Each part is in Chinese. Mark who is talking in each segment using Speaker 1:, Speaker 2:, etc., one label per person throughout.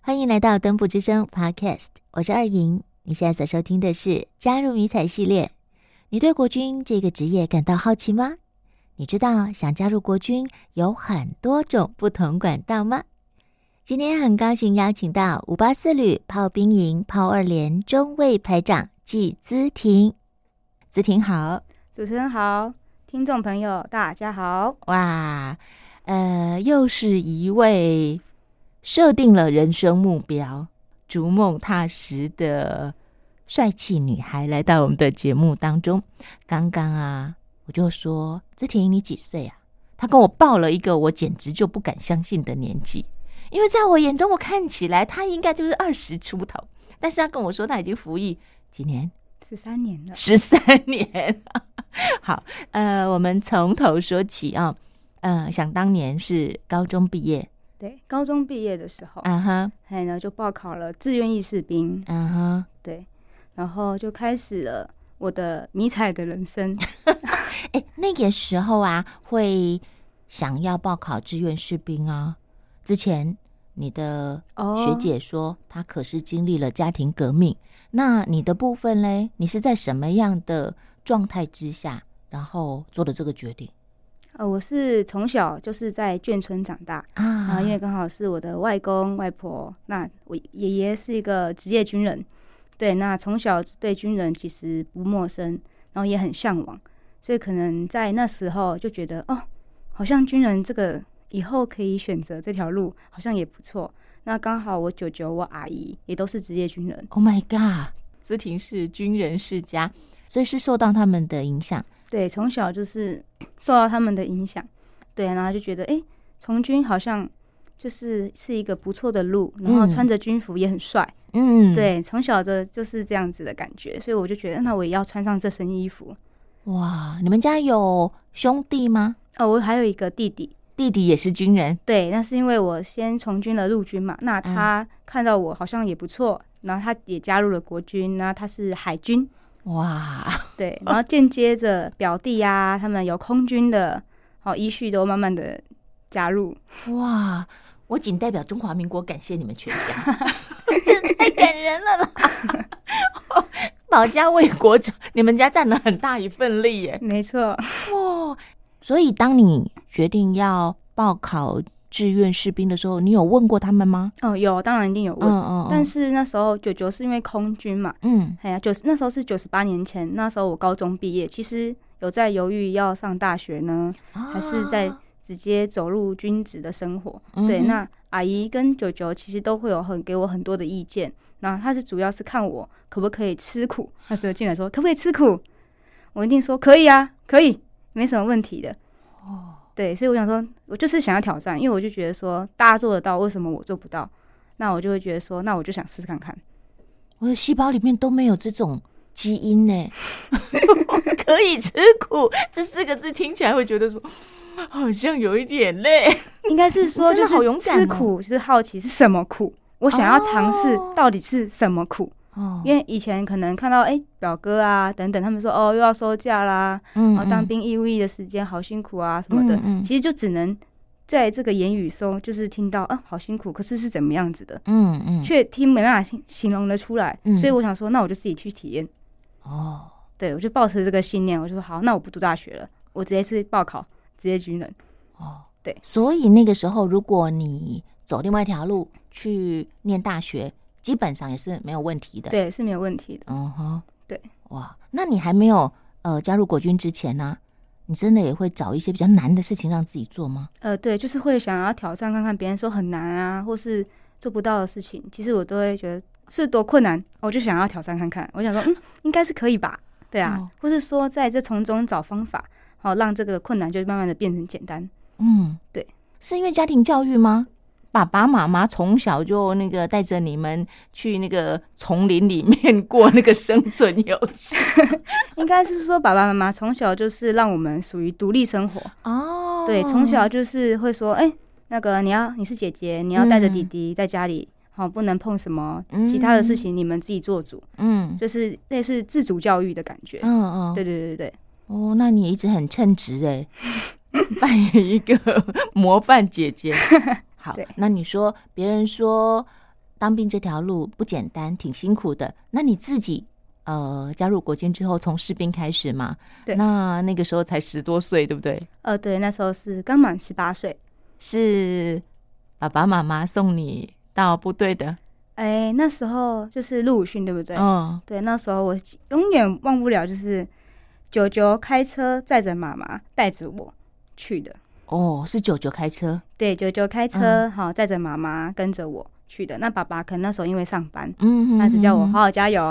Speaker 1: 欢迎来到登不之声 Podcast，我是二莹。你现在所收听的是加入迷彩系列。你对国军这个职业感到好奇吗？你知道想加入国军有很多种不同管道吗？今天很高兴邀请到五八四旅炮兵营炮二连中尉排长季姿婷。姿婷好，
Speaker 2: 主持人好，听众朋友大家好。
Speaker 1: 哇，呃，又是一位设定了人生目标、逐梦踏实的帅气女孩来到我们的节目当中。刚刚啊，我就说姿婷你几岁啊？她跟我报了一个我简直就不敢相信的年纪，因为在我眼中我看起来她应该就是二十出头，但是她跟我说她已经服役几年，
Speaker 2: 十三年了，
Speaker 1: 十三年。 好，呃，我们从头说起啊、呃，想当年是高中毕业，
Speaker 2: 对，高中毕业的时候，
Speaker 1: 啊哈，
Speaker 2: 还有呢就报考了志愿役士兵，
Speaker 1: 啊哈。
Speaker 2: 对，然后就开始了我的迷彩的人生。
Speaker 1: 哎，那个时候啊，会想要报考志愿士兵啊。之前你的
Speaker 2: 哦
Speaker 1: 学姐说，她可是经历了家庭革命。那你的部分嘞，你是在什么样的状态之下，然后做的这个决定
Speaker 2: 呃，我是从小就是在眷村长大，啊，
Speaker 1: 啊
Speaker 2: 因为刚好是我的外公外婆，那我爷爷是一个职业军人，对，那从小对军人其实不陌生，然后也很向往，所以可能在那时候就觉得，哦，好像军人这个以后可以选择这条路，好像也不错。那刚好我舅舅、我阿姨也都是职业军人，
Speaker 1: Oh my god！姿婷是军人世家，所以是受到他们的影响。
Speaker 2: 对，从小就是 受到他们的影响，对，然后就觉得，哎、从军好像就是是一个不错的路，然后
Speaker 1: 嗯
Speaker 2: 穿着军服也很帅。
Speaker 1: 嗯，，
Speaker 2: 对，从小的就是这样子的感觉，所以我就觉得，那我也要穿上这身衣服。
Speaker 1: 哇，你们家有兄弟吗？
Speaker 2: 哦，我还有一个弟弟，
Speaker 1: 弟弟也是军人，
Speaker 2: 对，那是因为我先从军了陆军嘛，那
Speaker 1: 嗯
Speaker 2: 他看到我好像也不错，然后他也加入了国军，然后他是海军，
Speaker 1: 哇，
Speaker 2: 对，然后间接着表弟啊，他们有空军的，哦，依序都慢慢的加入，
Speaker 1: 哇！我仅代表中华民国感谢你们全家， 这太感人了啦！ 保家卫国，你们家占了很大一份力耶！
Speaker 2: 没错，
Speaker 1: 哇，所以当你决定要报考志愿士兵的时候，你有问过他们吗？
Speaker 2: 哦，有，当然一定有问，
Speaker 1: 嗯
Speaker 2: 但是那时候九九是因为空军嘛，
Speaker 1: 嗯
Speaker 2: 哎呀，九十那时候是九十八年前，那时候我高中毕业，其实有在犹豫要上大学呢，
Speaker 1: 啊
Speaker 2: 还是在直接走入军职的生活。
Speaker 1: 嗯
Speaker 2: 对，
Speaker 1: 哼
Speaker 2: 那阿姨跟九九其实都会有很给我很多的意见，那她是主要是看我可不可以吃苦，那时候进来说可不可以吃苦，我一定说可以啊，可以，没什么问题的。
Speaker 1: 哦
Speaker 2: 对，所以我想说，我就是想要挑战，因为我就觉得说大家做得到，为什么我做不到？那我就会觉得说，那我就想试试看看。
Speaker 1: 我的细胞里面都没有这种基因 呢、可以吃苦这四个字听起来会觉得说，好像有一点累。
Speaker 2: 应该是说
Speaker 1: 你真
Speaker 2: 就
Speaker 1: 的好勇
Speaker 2: 是
Speaker 1: 敢哦
Speaker 2: 吃苦，就是好奇是什么苦，我想要尝试
Speaker 1: 哦
Speaker 2: 到底是什么苦。
Speaker 1: 哦
Speaker 2: 因为以前可能看到哎、诶表哥啊等等，他们说哦又要收假啦，
Speaker 1: 嗯
Speaker 2: 然后哦当兵义务役的时间好辛苦啊什么的，
Speaker 1: 嗯嗯
Speaker 2: 其实就只能在这个言语中就是听到啊好辛苦，可是是怎么样子的，
Speaker 1: 嗯嗯
Speaker 2: 却听没办法形形容得出来
Speaker 1: 嗯。
Speaker 2: 所以我想说，那我就自己去体验。
Speaker 1: 哦，
Speaker 2: 对我就抱持这个信念，我就说好，那我不读大学了，我直接去报考职业军人。
Speaker 1: 哦所以那个时候，如果你走另外一条路去念大学，基本上也是没有问题的。，
Speaker 2: 对，是没有问题的。
Speaker 1: 嗯哼，
Speaker 2: 对，
Speaker 1: 哇，那你还没有呃加入国军之前呢、你真的也会找一些比较难的事情让自己做吗？
Speaker 2: 呃，对，就是会想要挑战看看别人说很难啊，或是做不到的事情，其实我都会觉得是多困难，我就想要挑战看看。我想说，嗯，应该是可以吧？对啊，
Speaker 1: 哦
Speaker 2: 或是说在这从中找方法，好、让这个困难就慢慢的变成简单。
Speaker 1: 嗯，
Speaker 2: 对，
Speaker 1: 是因为家庭教育吗？爸爸妈妈从小就那个带着你们去那个丛林里面过那个生存游戏
Speaker 2: 应该是说爸爸妈妈从小就是让我们属于独立生活，
Speaker 1: 哦
Speaker 2: 对，从小就是会说，哎、那个你要你是姐姐，你要带着弟
Speaker 1: 嗯
Speaker 2: 弟在家里，好、不能碰什么其他的事情，你们自己做主，
Speaker 1: 嗯
Speaker 2: 就是类似自主教育的感觉。
Speaker 1: 嗯嗯，
Speaker 2: 对对对对对。
Speaker 1: 哦，那你也一直很称职哎， 扮演 一个模范姐姐。好
Speaker 2: 对，
Speaker 1: 那你说别人说当兵这条路不简单，挺辛苦的。那你自己呃加入国军之后，从士兵开始嘛？
Speaker 2: 对
Speaker 1: 那那个时候才十多岁，对不对？
Speaker 2: 呃，对，那时候是刚满十八岁。
Speaker 1: 是爸爸妈妈送你到部队的，
Speaker 2: 哎、那时候就是陆训，对不对？
Speaker 1: 嗯，
Speaker 2: 对，那时候我永远忘不了，就是九九开车载着妈妈带着我去的。
Speaker 1: 哦，是九九开车，
Speaker 2: 对，九九开
Speaker 1: 嗯
Speaker 2: 车，好、载着妈妈跟着我去的。那爸爸可能那时候因为上班，
Speaker 1: 嗯，
Speaker 2: 他只叫我好好加油，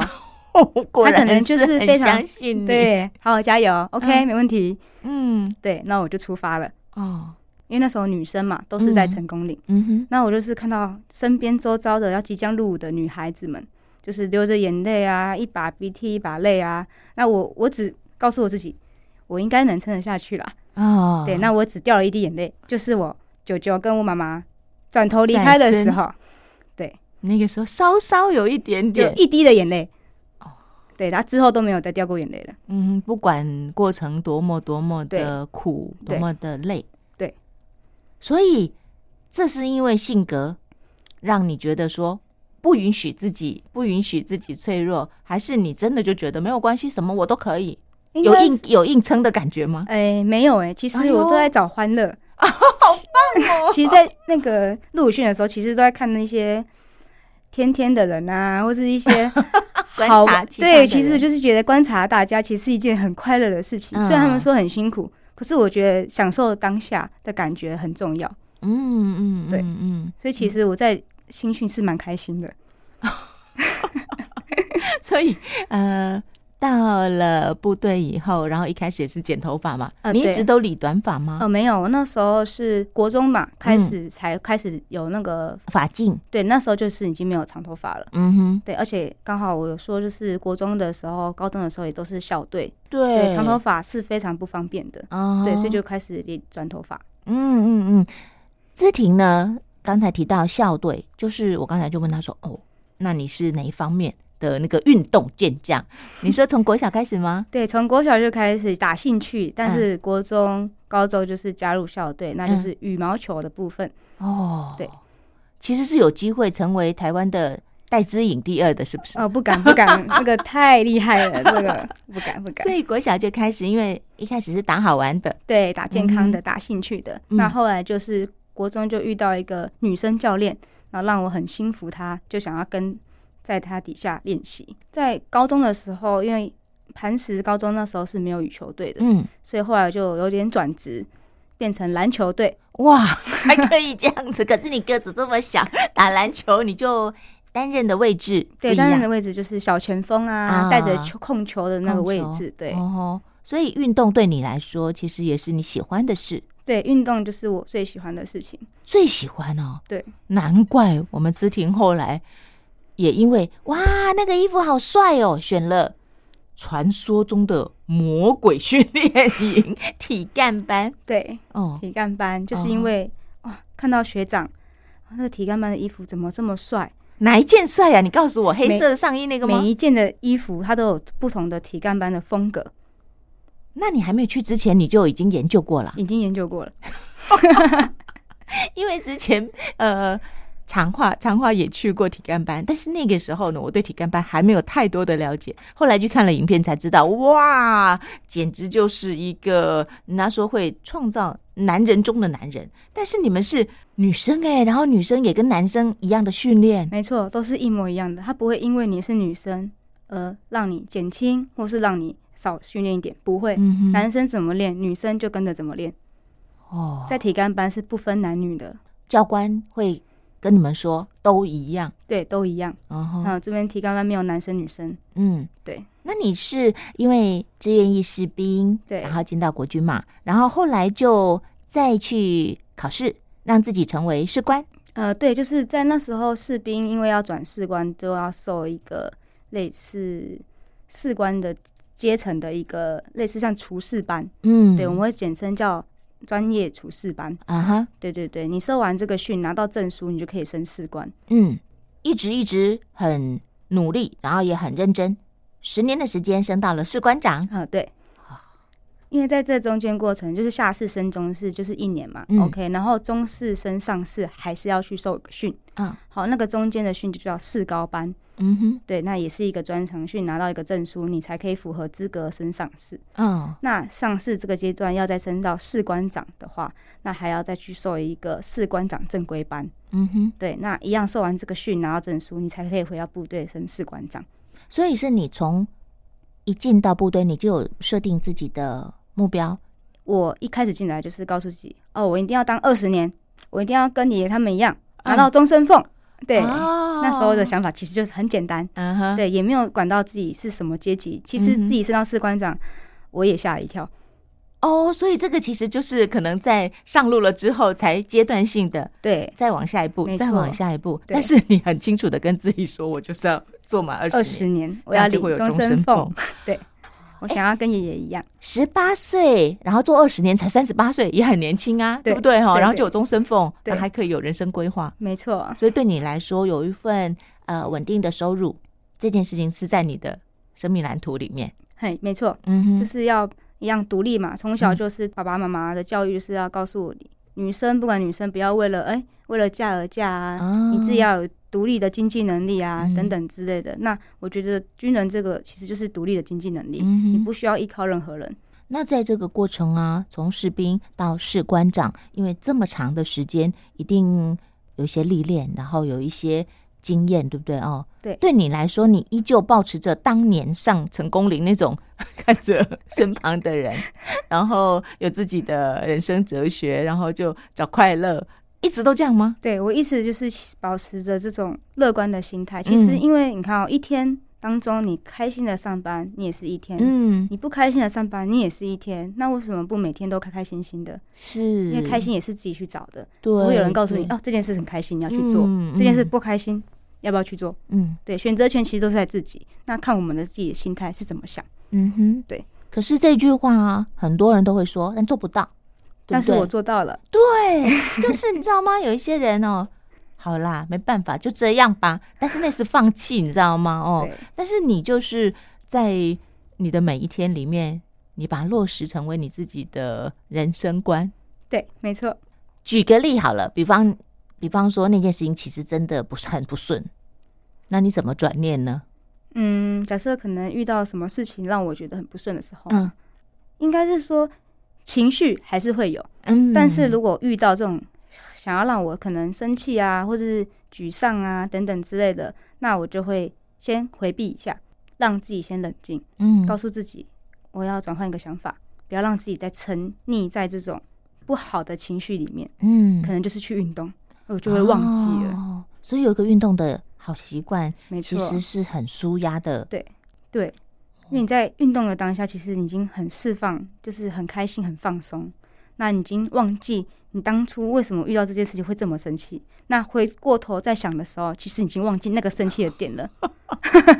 Speaker 1: 哦， 果
Speaker 2: 他可
Speaker 1: 然
Speaker 2: 能就
Speaker 1: 很
Speaker 2: 是非常
Speaker 1: 相信你，，
Speaker 2: 对，好好加油，OK，、没问题。
Speaker 1: 嗯，
Speaker 2: 对，那我就出发了，
Speaker 1: 哦，
Speaker 2: 因为那时候女生嘛都是在
Speaker 1: 嗯
Speaker 2: 成功岭。
Speaker 1: 嗯哼，
Speaker 2: 那我就是看到身边周遭的要即将入伍的女孩子们，就是流着眼泪啊，一把鼻涕一把泪啊。那我我只告诉我自己，我应该能撑得下去啦。
Speaker 1: 哦，
Speaker 2: 对，那我只掉了一滴眼泪，就是我九九跟我妈妈转头离开的时
Speaker 1: 啊
Speaker 2: 候，
Speaker 1: 那个时候稍稍有一点
Speaker 2: 就
Speaker 1: 点，
Speaker 2: 一滴的眼泪
Speaker 1: 哦。
Speaker 2: 对，她之后都没有再掉过眼泪了。
Speaker 1: 嗯，不管过程多么多么的苦，
Speaker 2: 对
Speaker 1: 多么的累，
Speaker 2: 对，
Speaker 1: 所以这是因为性格让你觉得说不允许自己，不允许自己脆弱，还是你真的就觉得没有关系，什么我都可以，
Speaker 2: 应
Speaker 1: 有
Speaker 2: 该
Speaker 1: 硬有硬撑的感觉吗？
Speaker 2: 哎、没有哎、其实
Speaker 1: 哎呦
Speaker 2: 我都在找 欢乐、好棒哦！ 其实，在那个陆武训的时候，其实都在看那些天天的人啊，或是一些
Speaker 1: 观
Speaker 2: 好
Speaker 1: 察其他的
Speaker 2: 对，其实
Speaker 1: 人
Speaker 2: 就是觉得观察大家，其实是一件很快乐的事情。
Speaker 1: 嗯
Speaker 2: 虽然他们说很辛苦，可是我觉得享受当下的感觉很重要。
Speaker 1: 嗯嗯，
Speaker 2: 对
Speaker 1: 嗯嗯，
Speaker 2: 所以其实我在新训是蛮开心的。
Speaker 1: 所以呃，到了部队以后，然后一开始也是剪头发嘛，
Speaker 2: 啊
Speaker 1: 你一
Speaker 2: 对
Speaker 1: 直都理短发吗？
Speaker 2: 哦，没有，我那时候是国中嘛，开
Speaker 1: 嗯
Speaker 2: 始才开始有那个，
Speaker 1: 发髻，
Speaker 2: 对，那时候就是已经没有长头发了。
Speaker 1: 嗯哼，
Speaker 2: 对，而且刚好我有说，就是国中的时候、高中的时候也都是校队，
Speaker 1: 对
Speaker 2: 对，长头发是非常不方便的，
Speaker 1: 哦
Speaker 2: 对，所以就开始理短头发。
Speaker 1: 嗯嗯嗯。志婷呢，刚才提到校队，就是我刚才就问她说，哦，那你是哪一方面的那个运动健将？你说从国小开始吗？
Speaker 2: 对，从国小就开始打兴趣，
Speaker 1: 嗯
Speaker 2: 但是国中、高中就是加入校队，那就是羽毛球的部分。
Speaker 1: 哦，
Speaker 2: 对，
Speaker 1: 其实是有机会成为台湾的戴资颖第二的，是不是？
Speaker 2: 哦，不敢不敢，那个太厉害了，这 个不敢不敢
Speaker 1: 所。以国小就开始，因为一开始是打好玩的，
Speaker 2: 对，打健康的，
Speaker 1: 嗯
Speaker 2: 打兴趣的。
Speaker 1: 嗯
Speaker 2: 那后来就是国中就遇到一个女生教练，然后让我很心服她，就想要跟在她底下练习。在高中的时候，因为磐石高中那时候是没有羽球队的，
Speaker 1: 嗯，
Speaker 2: 所以后来就有点转职，变成篮球队。
Speaker 1: 哇， 还可以这样子。可是你个子这么小，打篮球你就担任的位置不
Speaker 2: 对，
Speaker 1: 一
Speaker 2: 担任
Speaker 1: 样
Speaker 2: 的位置就是小前锋啊，
Speaker 1: 啊
Speaker 2: 带着球控球的那个
Speaker 1: 控
Speaker 2: 位
Speaker 1: 球
Speaker 2: 置。对、
Speaker 1: 哦吼，所以运动对你来说，其实也是你喜欢的事，
Speaker 2: 对，运动就是我最喜欢的事情。
Speaker 1: 最喜欢哦。
Speaker 2: 对，
Speaker 1: 难怪我们知婷后来也因为哇，那个衣服好帅哦，选了传说中的魔鬼训练营体干班
Speaker 2: 对，
Speaker 1: 哦，
Speaker 2: 体干班就是
Speaker 1: 哦
Speaker 2: 因为哇、看到学长。哇那个体干班的衣服怎么这么帅？
Speaker 1: 哪一件帅呀、啊你告诉我，黑色的上衣那个吗
Speaker 2: 每？一件的衣服它都有不同的体干班的风格，
Speaker 1: 那你还没有去之前，你就已经研究过了。
Speaker 2: 已经研究过了。
Speaker 1: 因为之前呃长话长话也去过体干班，但是那个时候呢，我对体干班还没有太多的了解。后来去看了影片才知道，哇，简直就是一个人家说会创造男人中的男人。但是你们是女生哎、然后女生也跟男生一样的训练，
Speaker 2: 没错，都是一模一样的，它不会因为你是女生而让你减轻，或是让你少训练一点，不会。
Speaker 1: 嗯哼，
Speaker 2: 男生怎么练，女生就跟着怎么练。
Speaker 1: 哦，
Speaker 2: 在体干班是不分男女的，
Speaker 1: 教官会跟你们说都一样，
Speaker 2: 对，都一样。
Speaker 1: 嗯哼。
Speaker 2: 啊，这边体干班没有男生女生，
Speaker 1: 嗯，
Speaker 2: 对。
Speaker 1: 那你是因为志愿役士兵，
Speaker 2: 对
Speaker 1: 然后进到国军嘛，然后后来就再去考试，让自己成为士官。
Speaker 2: 呃，对，就是在那时候，士兵因为要转士官，都要受一个类似士官的阶层的一个类似像厨师班，
Speaker 1: 嗯，
Speaker 2: 对，我们会简称叫专业厨师班。
Speaker 1: 啊哈，
Speaker 2: 对对对，你受完这个训，拿到证书，你就可以升士官。
Speaker 1: 嗯，一直一直很努力，然后也很认真，十年的时间升到了士官长。
Speaker 2: 啊、对，呃因为在这中间过程，就是下士升中士就是一年嘛、
Speaker 1: 嗯
Speaker 2: o k 然后中士升上士还是要去受训，
Speaker 1: 啊，
Speaker 2: 好，那个中间的训就叫士高班，
Speaker 1: 嗯哼，
Speaker 2: 对，那也是一个专长训，拿到一个证书，你才可以符合资格升上士。
Speaker 1: 嗯
Speaker 2: 那上士这个阶段要再升到士官长的话，那还要再去受一个士官长正规班，
Speaker 1: 嗯哼，
Speaker 2: 对，那一样受完这个训，拿到证书，你才可以回到部队升士官长。
Speaker 1: 所以是你从一进到部队，你就有设定自己的目标，
Speaker 2: 我一开始进来就是告诉自己，哦，我一定要当二十年，我一定要跟爷爷他们一样
Speaker 1: 嗯
Speaker 2: 拿到终身俸。对，
Speaker 1: 哦
Speaker 2: 那时候的，想法其实就是很简单，
Speaker 1: 嗯哼，
Speaker 2: 对，也没有管到自己是什么阶级。其实
Speaker 1: 嗯哼
Speaker 2: 自己升到士官长，我也吓了一跳。
Speaker 1: 哦，所以这个其实就是可能在上路了之后才阶段性的
Speaker 2: 对，
Speaker 1: 再往下一步，
Speaker 2: 没
Speaker 1: 再
Speaker 2: 错
Speaker 1: 往下一步，
Speaker 2: 对
Speaker 1: 但是你很清楚的跟自己说，我就是要做满
Speaker 2: 二
Speaker 1: 二
Speaker 2: 十
Speaker 1: 十，
Speaker 2: 年我
Speaker 1: 这
Speaker 2: 要
Speaker 1: 样就
Speaker 2: 领
Speaker 1: 会有
Speaker 2: 终
Speaker 1: 身
Speaker 2: 俸，。我想要跟爷爷一样。
Speaker 1: 十八岁，然后做二十年才三十八岁，也很年轻啊，
Speaker 2: 对
Speaker 1: 对不对哈？
Speaker 2: 对
Speaker 1: 然后
Speaker 2: 对
Speaker 1: 就有终身俸，
Speaker 2: 对
Speaker 1: 那还可以有人生规划，
Speaker 2: 没错，
Speaker 1: 所以对你来说，有一份呃稳定的收入，这件事情是在你的生命蓝图里面。
Speaker 2: 嘿，没错，
Speaker 1: 嗯哼，
Speaker 2: 就是要一样独立嘛。从小
Speaker 1: 嗯
Speaker 2: 就是爸爸妈妈的教育就是要告诉你，女生不管女生不要为了哎、为了嫁而嫁啊，
Speaker 1: 啊
Speaker 2: 你自己要有独立的经济能力啊，
Speaker 1: 嗯
Speaker 2: 等等之类的。那我觉得军人这个其实就是独立的经济能力，
Speaker 1: 嗯哼
Speaker 2: 你不需要依靠任何人。
Speaker 1: 那在这个过程啊，从士兵到士官长，因为这么长的时间，一定有一些历练，然后有一些经验，对不对哦？
Speaker 2: 对
Speaker 1: 对你来说，你依旧保持着当年上成功岭那种 看着身旁的人，然后有自己的人生哲学，然后就找快乐，一直都这样吗？
Speaker 2: 对我意思就是保持着这种乐观的心态。其实
Speaker 1: 嗯
Speaker 2: 因为你看哦，一天当中你开心的上班，你也是一天。
Speaker 1: 嗯，
Speaker 2: 你不开心的上班，你也是一天，那为什么不每天都开开心心的？
Speaker 1: 是
Speaker 2: 因为开，心也是自己去找的，
Speaker 1: 对，
Speaker 2: 不会有人告诉你
Speaker 1: 对
Speaker 2: 哦，这件事很开心，你要去做；
Speaker 1: 嗯
Speaker 2: 这件事
Speaker 1: 嗯
Speaker 2: 不开心，要不要去做？
Speaker 1: 嗯
Speaker 2: 对，选择权其实都是在自己，那看我们的自己的心态是怎么想。
Speaker 1: 嗯哼，
Speaker 2: 对。
Speaker 1: 可是这句话啊，很多人都会说，但做不到。对
Speaker 2: 但
Speaker 1: 不
Speaker 2: 是
Speaker 1: 对
Speaker 2: 我做到了，
Speaker 1: 对， 就是你知道吗？有一些人哦，好啦，没办法，就这样吧。但是那是放弃，你知道吗？哦，
Speaker 2: 对，
Speaker 1: 但是你就是在你的每一天里面，你把它落实成为你自己的人生观。
Speaker 2: 对，没错，
Speaker 1: 举个例好了，比方，比方说那件事情其实真的不是很不顺，那你怎么转念呢？
Speaker 2: 嗯，假设可能遇到什么事情让我觉得很不顺的时候，
Speaker 1: 嗯
Speaker 2: 应该是说情绪还是会有，
Speaker 1: 嗯
Speaker 2: 但是如果遇到这种想要让我可能生气啊，或者是沮丧啊等等之类的，那我就会先回避一下，让自己先冷静，
Speaker 1: 嗯
Speaker 2: 告诉自己我要转换一个想法，不要让自己再沉溺在这种不好的情绪里面，
Speaker 1: 嗯
Speaker 2: 可能就是去运动，我就会忘记了。
Speaker 1: 哦所以有一个运动的好习惯，
Speaker 2: 没
Speaker 1: 其
Speaker 2: 错，
Speaker 1: 实是很舒压的。
Speaker 2: 对，因为你在运动的当下，其实你已经很释放，就是很开心、很放松。那你已经忘记你当初为什么遇到这件事情会这么生气。那回过头再想的时候，其实已经忘记那个生气的点了。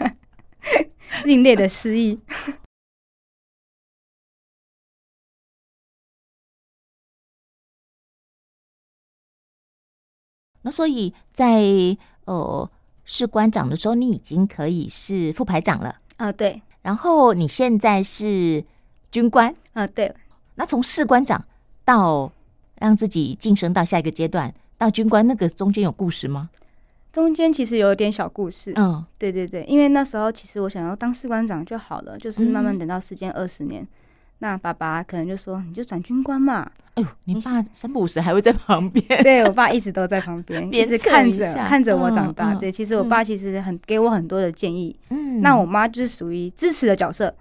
Speaker 2: 另类的失忆，
Speaker 1: 那所以在呃士官长的时候，你已经可以是副排长了，
Speaker 2: 啊、对，
Speaker 1: 然后你现在是军官，
Speaker 2: 啊、对，
Speaker 1: 那从士官长到让自己晋升到下一个阶段，到军官那个中间有故事吗？
Speaker 2: 中间其实有点小故事。
Speaker 1: 嗯
Speaker 2: 对对对，因为那时候其实我想要当士官长就好了，就是慢慢等到时间二十年。那爸爸可能就说：“你就转军官嘛。”
Speaker 1: 哎呦，你
Speaker 2: 你
Speaker 1: 爸三不五时还会在旁 边，
Speaker 2: 对我爸一直都在旁边，
Speaker 1: 鞭
Speaker 2: 一直
Speaker 1: 策
Speaker 2: 看
Speaker 1: 一
Speaker 2: 着
Speaker 1: 下
Speaker 2: 看着我长
Speaker 1: 嗯
Speaker 2: 大。
Speaker 1: 嗯
Speaker 2: 对，其实我爸其实很给我很多的建议。
Speaker 1: 嗯
Speaker 2: 那我妈就是属于支持的角色，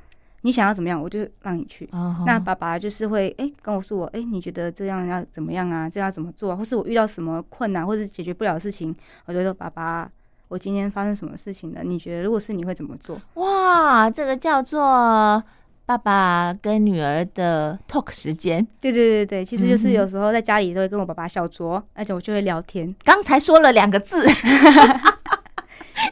Speaker 2: 你想要怎么样，我就让你去。
Speaker 1: 哦
Speaker 2: 那爸爸就是会哎、跟我说我哎、你觉得这样要怎么样啊？这样怎么做啊？或是我遇到什么困难，或是解决不了的事情，我就说爸爸，我今天发生什么事情了？你觉得如果是你会怎么做？
Speaker 1: 哇，这个叫做爸爸跟女儿的 talk 时间。
Speaker 2: 对对对对，其实就
Speaker 1: 嗯
Speaker 2: 是
Speaker 1: 哼
Speaker 2: 有时候在家里都会跟我爸爸小酌，而且我就会聊天。
Speaker 1: 刚才说了两个 字，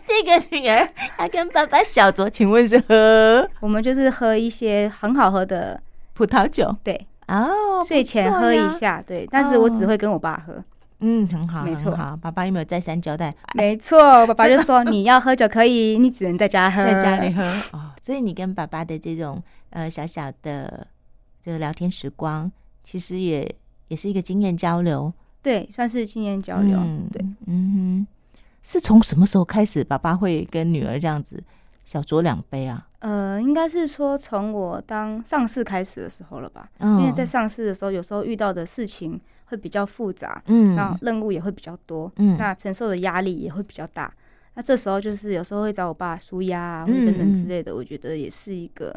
Speaker 1: 这个女儿她跟爸爸小酌，请问是喝
Speaker 2: 我们就是喝一些很好喝的，
Speaker 1: 葡萄酒
Speaker 2: 对，
Speaker 1: 哦，
Speaker 2: 睡前
Speaker 1: 不错
Speaker 2: 喝
Speaker 1: 呀
Speaker 2: 一，下，对，但是我只会跟我爸喝。
Speaker 1: 嗯，很好，
Speaker 2: 没
Speaker 1: 很
Speaker 2: 错
Speaker 1: 好。爸爸有没有再三交代，
Speaker 2: 没错，我爸爸就说你要喝酒可以，你只能在家喝，
Speaker 1: 在家里。喝哦？所以你跟爸爸的这种呃小小的。这个聊天时光，其实也也是一个经验交流，
Speaker 2: 对，算是经验交流。
Speaker 1: 嗯
Speaker 2: 对，，
Speaker 1: 嗯哼，是从什么时候开始，爸爸会跟女儿这样子小酌两杯啊？
Speaker 2: 呃，应该是说从我当上市开始的时候了吧，
Speaker 1: 嗯
Speaker 2: 因为在上市的时候，有时候遇到的事情会比较复杂，那
Speaker 1: 嗯
Speaker 2: 任务也会比较多，
Speaker 1: 嗯
Speaker 2: 那承受的压力也会比较大。那这时候就是有时候会找我爸舒压啊，或者等等之类的，我觉得也是一个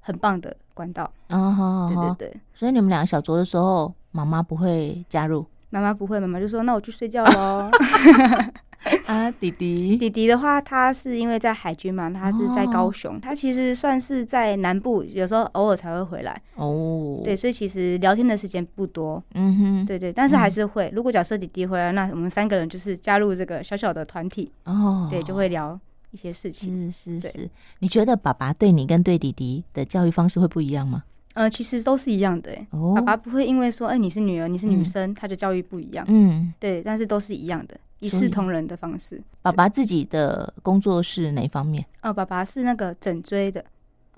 Speaker 2: 很棒的管道。
Speaker 1: 哦，好
Speaker 2: 对
Speaker 1: 好好，
Speaker 2: 对对，
Speaker 1: 所以你们俩小酌的时候，妈妈不会加入
Speaker 2: 妈妈不会，妈妈就说那我去睡觉喽。
Speaker 1: 啊，弟弟，
Speaker 2: 弟弟的话，他是因为在海军
Speaker 1: 哦
Speaker 2: 嘛，他是在高雄，他其实算是在南部，有时候偶尔才会回来。
Speaker 1: 哦，
Speaker 2: 对，，所以其实聊天的时间不多。
Speaker 1: 嗯哼，
Speaker 2: 对对，但是还
Speaker 1: 嗯
Speaker 2: 是会。如果假设弟弟回来，那我们三个人就是加入这个小小的团体，
Speaker 1: 哦，嗯
Speaker 2: 对，就会聊一些事情。
Speaker 1: 是是
Speaker 2: 对
Speaker 1: 是，你觉得爸爸对你跟对弟弟的教育方式会不一样吗？
Speaker 2: 呃，其实都是一样的、欸，
Speaker 1: 哦，
Speaker 2: 爸爸不会因为说，哎、你是女儿，你是女
Speaker 1: 嗯
Speaker 2: 生，他就教育不一样。
Speaker 1: 嗯，
Speaker 2: 对，但是都是一样的，一
Speaker 1: 所
Speaker 2: 视
Speaker 1: 以
Speaker 2: 同仁的方式。
Speaker 1: 爸爸自己的工作是哪一方面？
Speaker 2: 呃，爸爸是那个整椎的，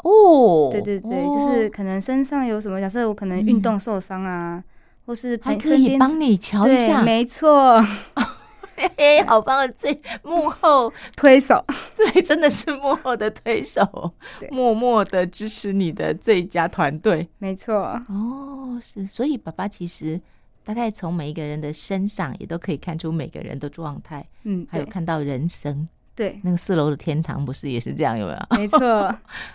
Speaker 1: 哦，
Speaker 2: 对对对，
Speaker 1: 哦
Speaker 2: 就是可能身上有什么，假设我可能
Speaker 1: 嗯
Speaker 2: 运动受伤啊，或是
Speaker 1: 还
Speaker 2: 朋
Speaker 1: 可
Speaker 2: 身
Speaker 1: 以
Speaker 2: 边
Speaker 1: 帮你瞧一
Speaker 2: 对，
Speaker 1: 下，
Speaker 2: 没错，
Speaker 1: 嘿嘿，好棒的这幕后，
Speaker 2: 推手。
Speaker 1: 对，真的是幕后的推手
Speaker 2: 对，
Speaker 1: 默默的支持你的最佳团队。
Speaker 2: 没错，
Speaker 1: 哦，是，所以爸爸其实大概从每一个人的身上也都可以看出每个人的状态，
Speaker 2: 嗯，
Speaker 1: 还有
Speaker 2: 对
Speaker 1: 看到人生。
Speaker 2: 对，
Speaker 1: 那个四楼的天堂不是也是这样，有没有？
Speaker 2: 没错，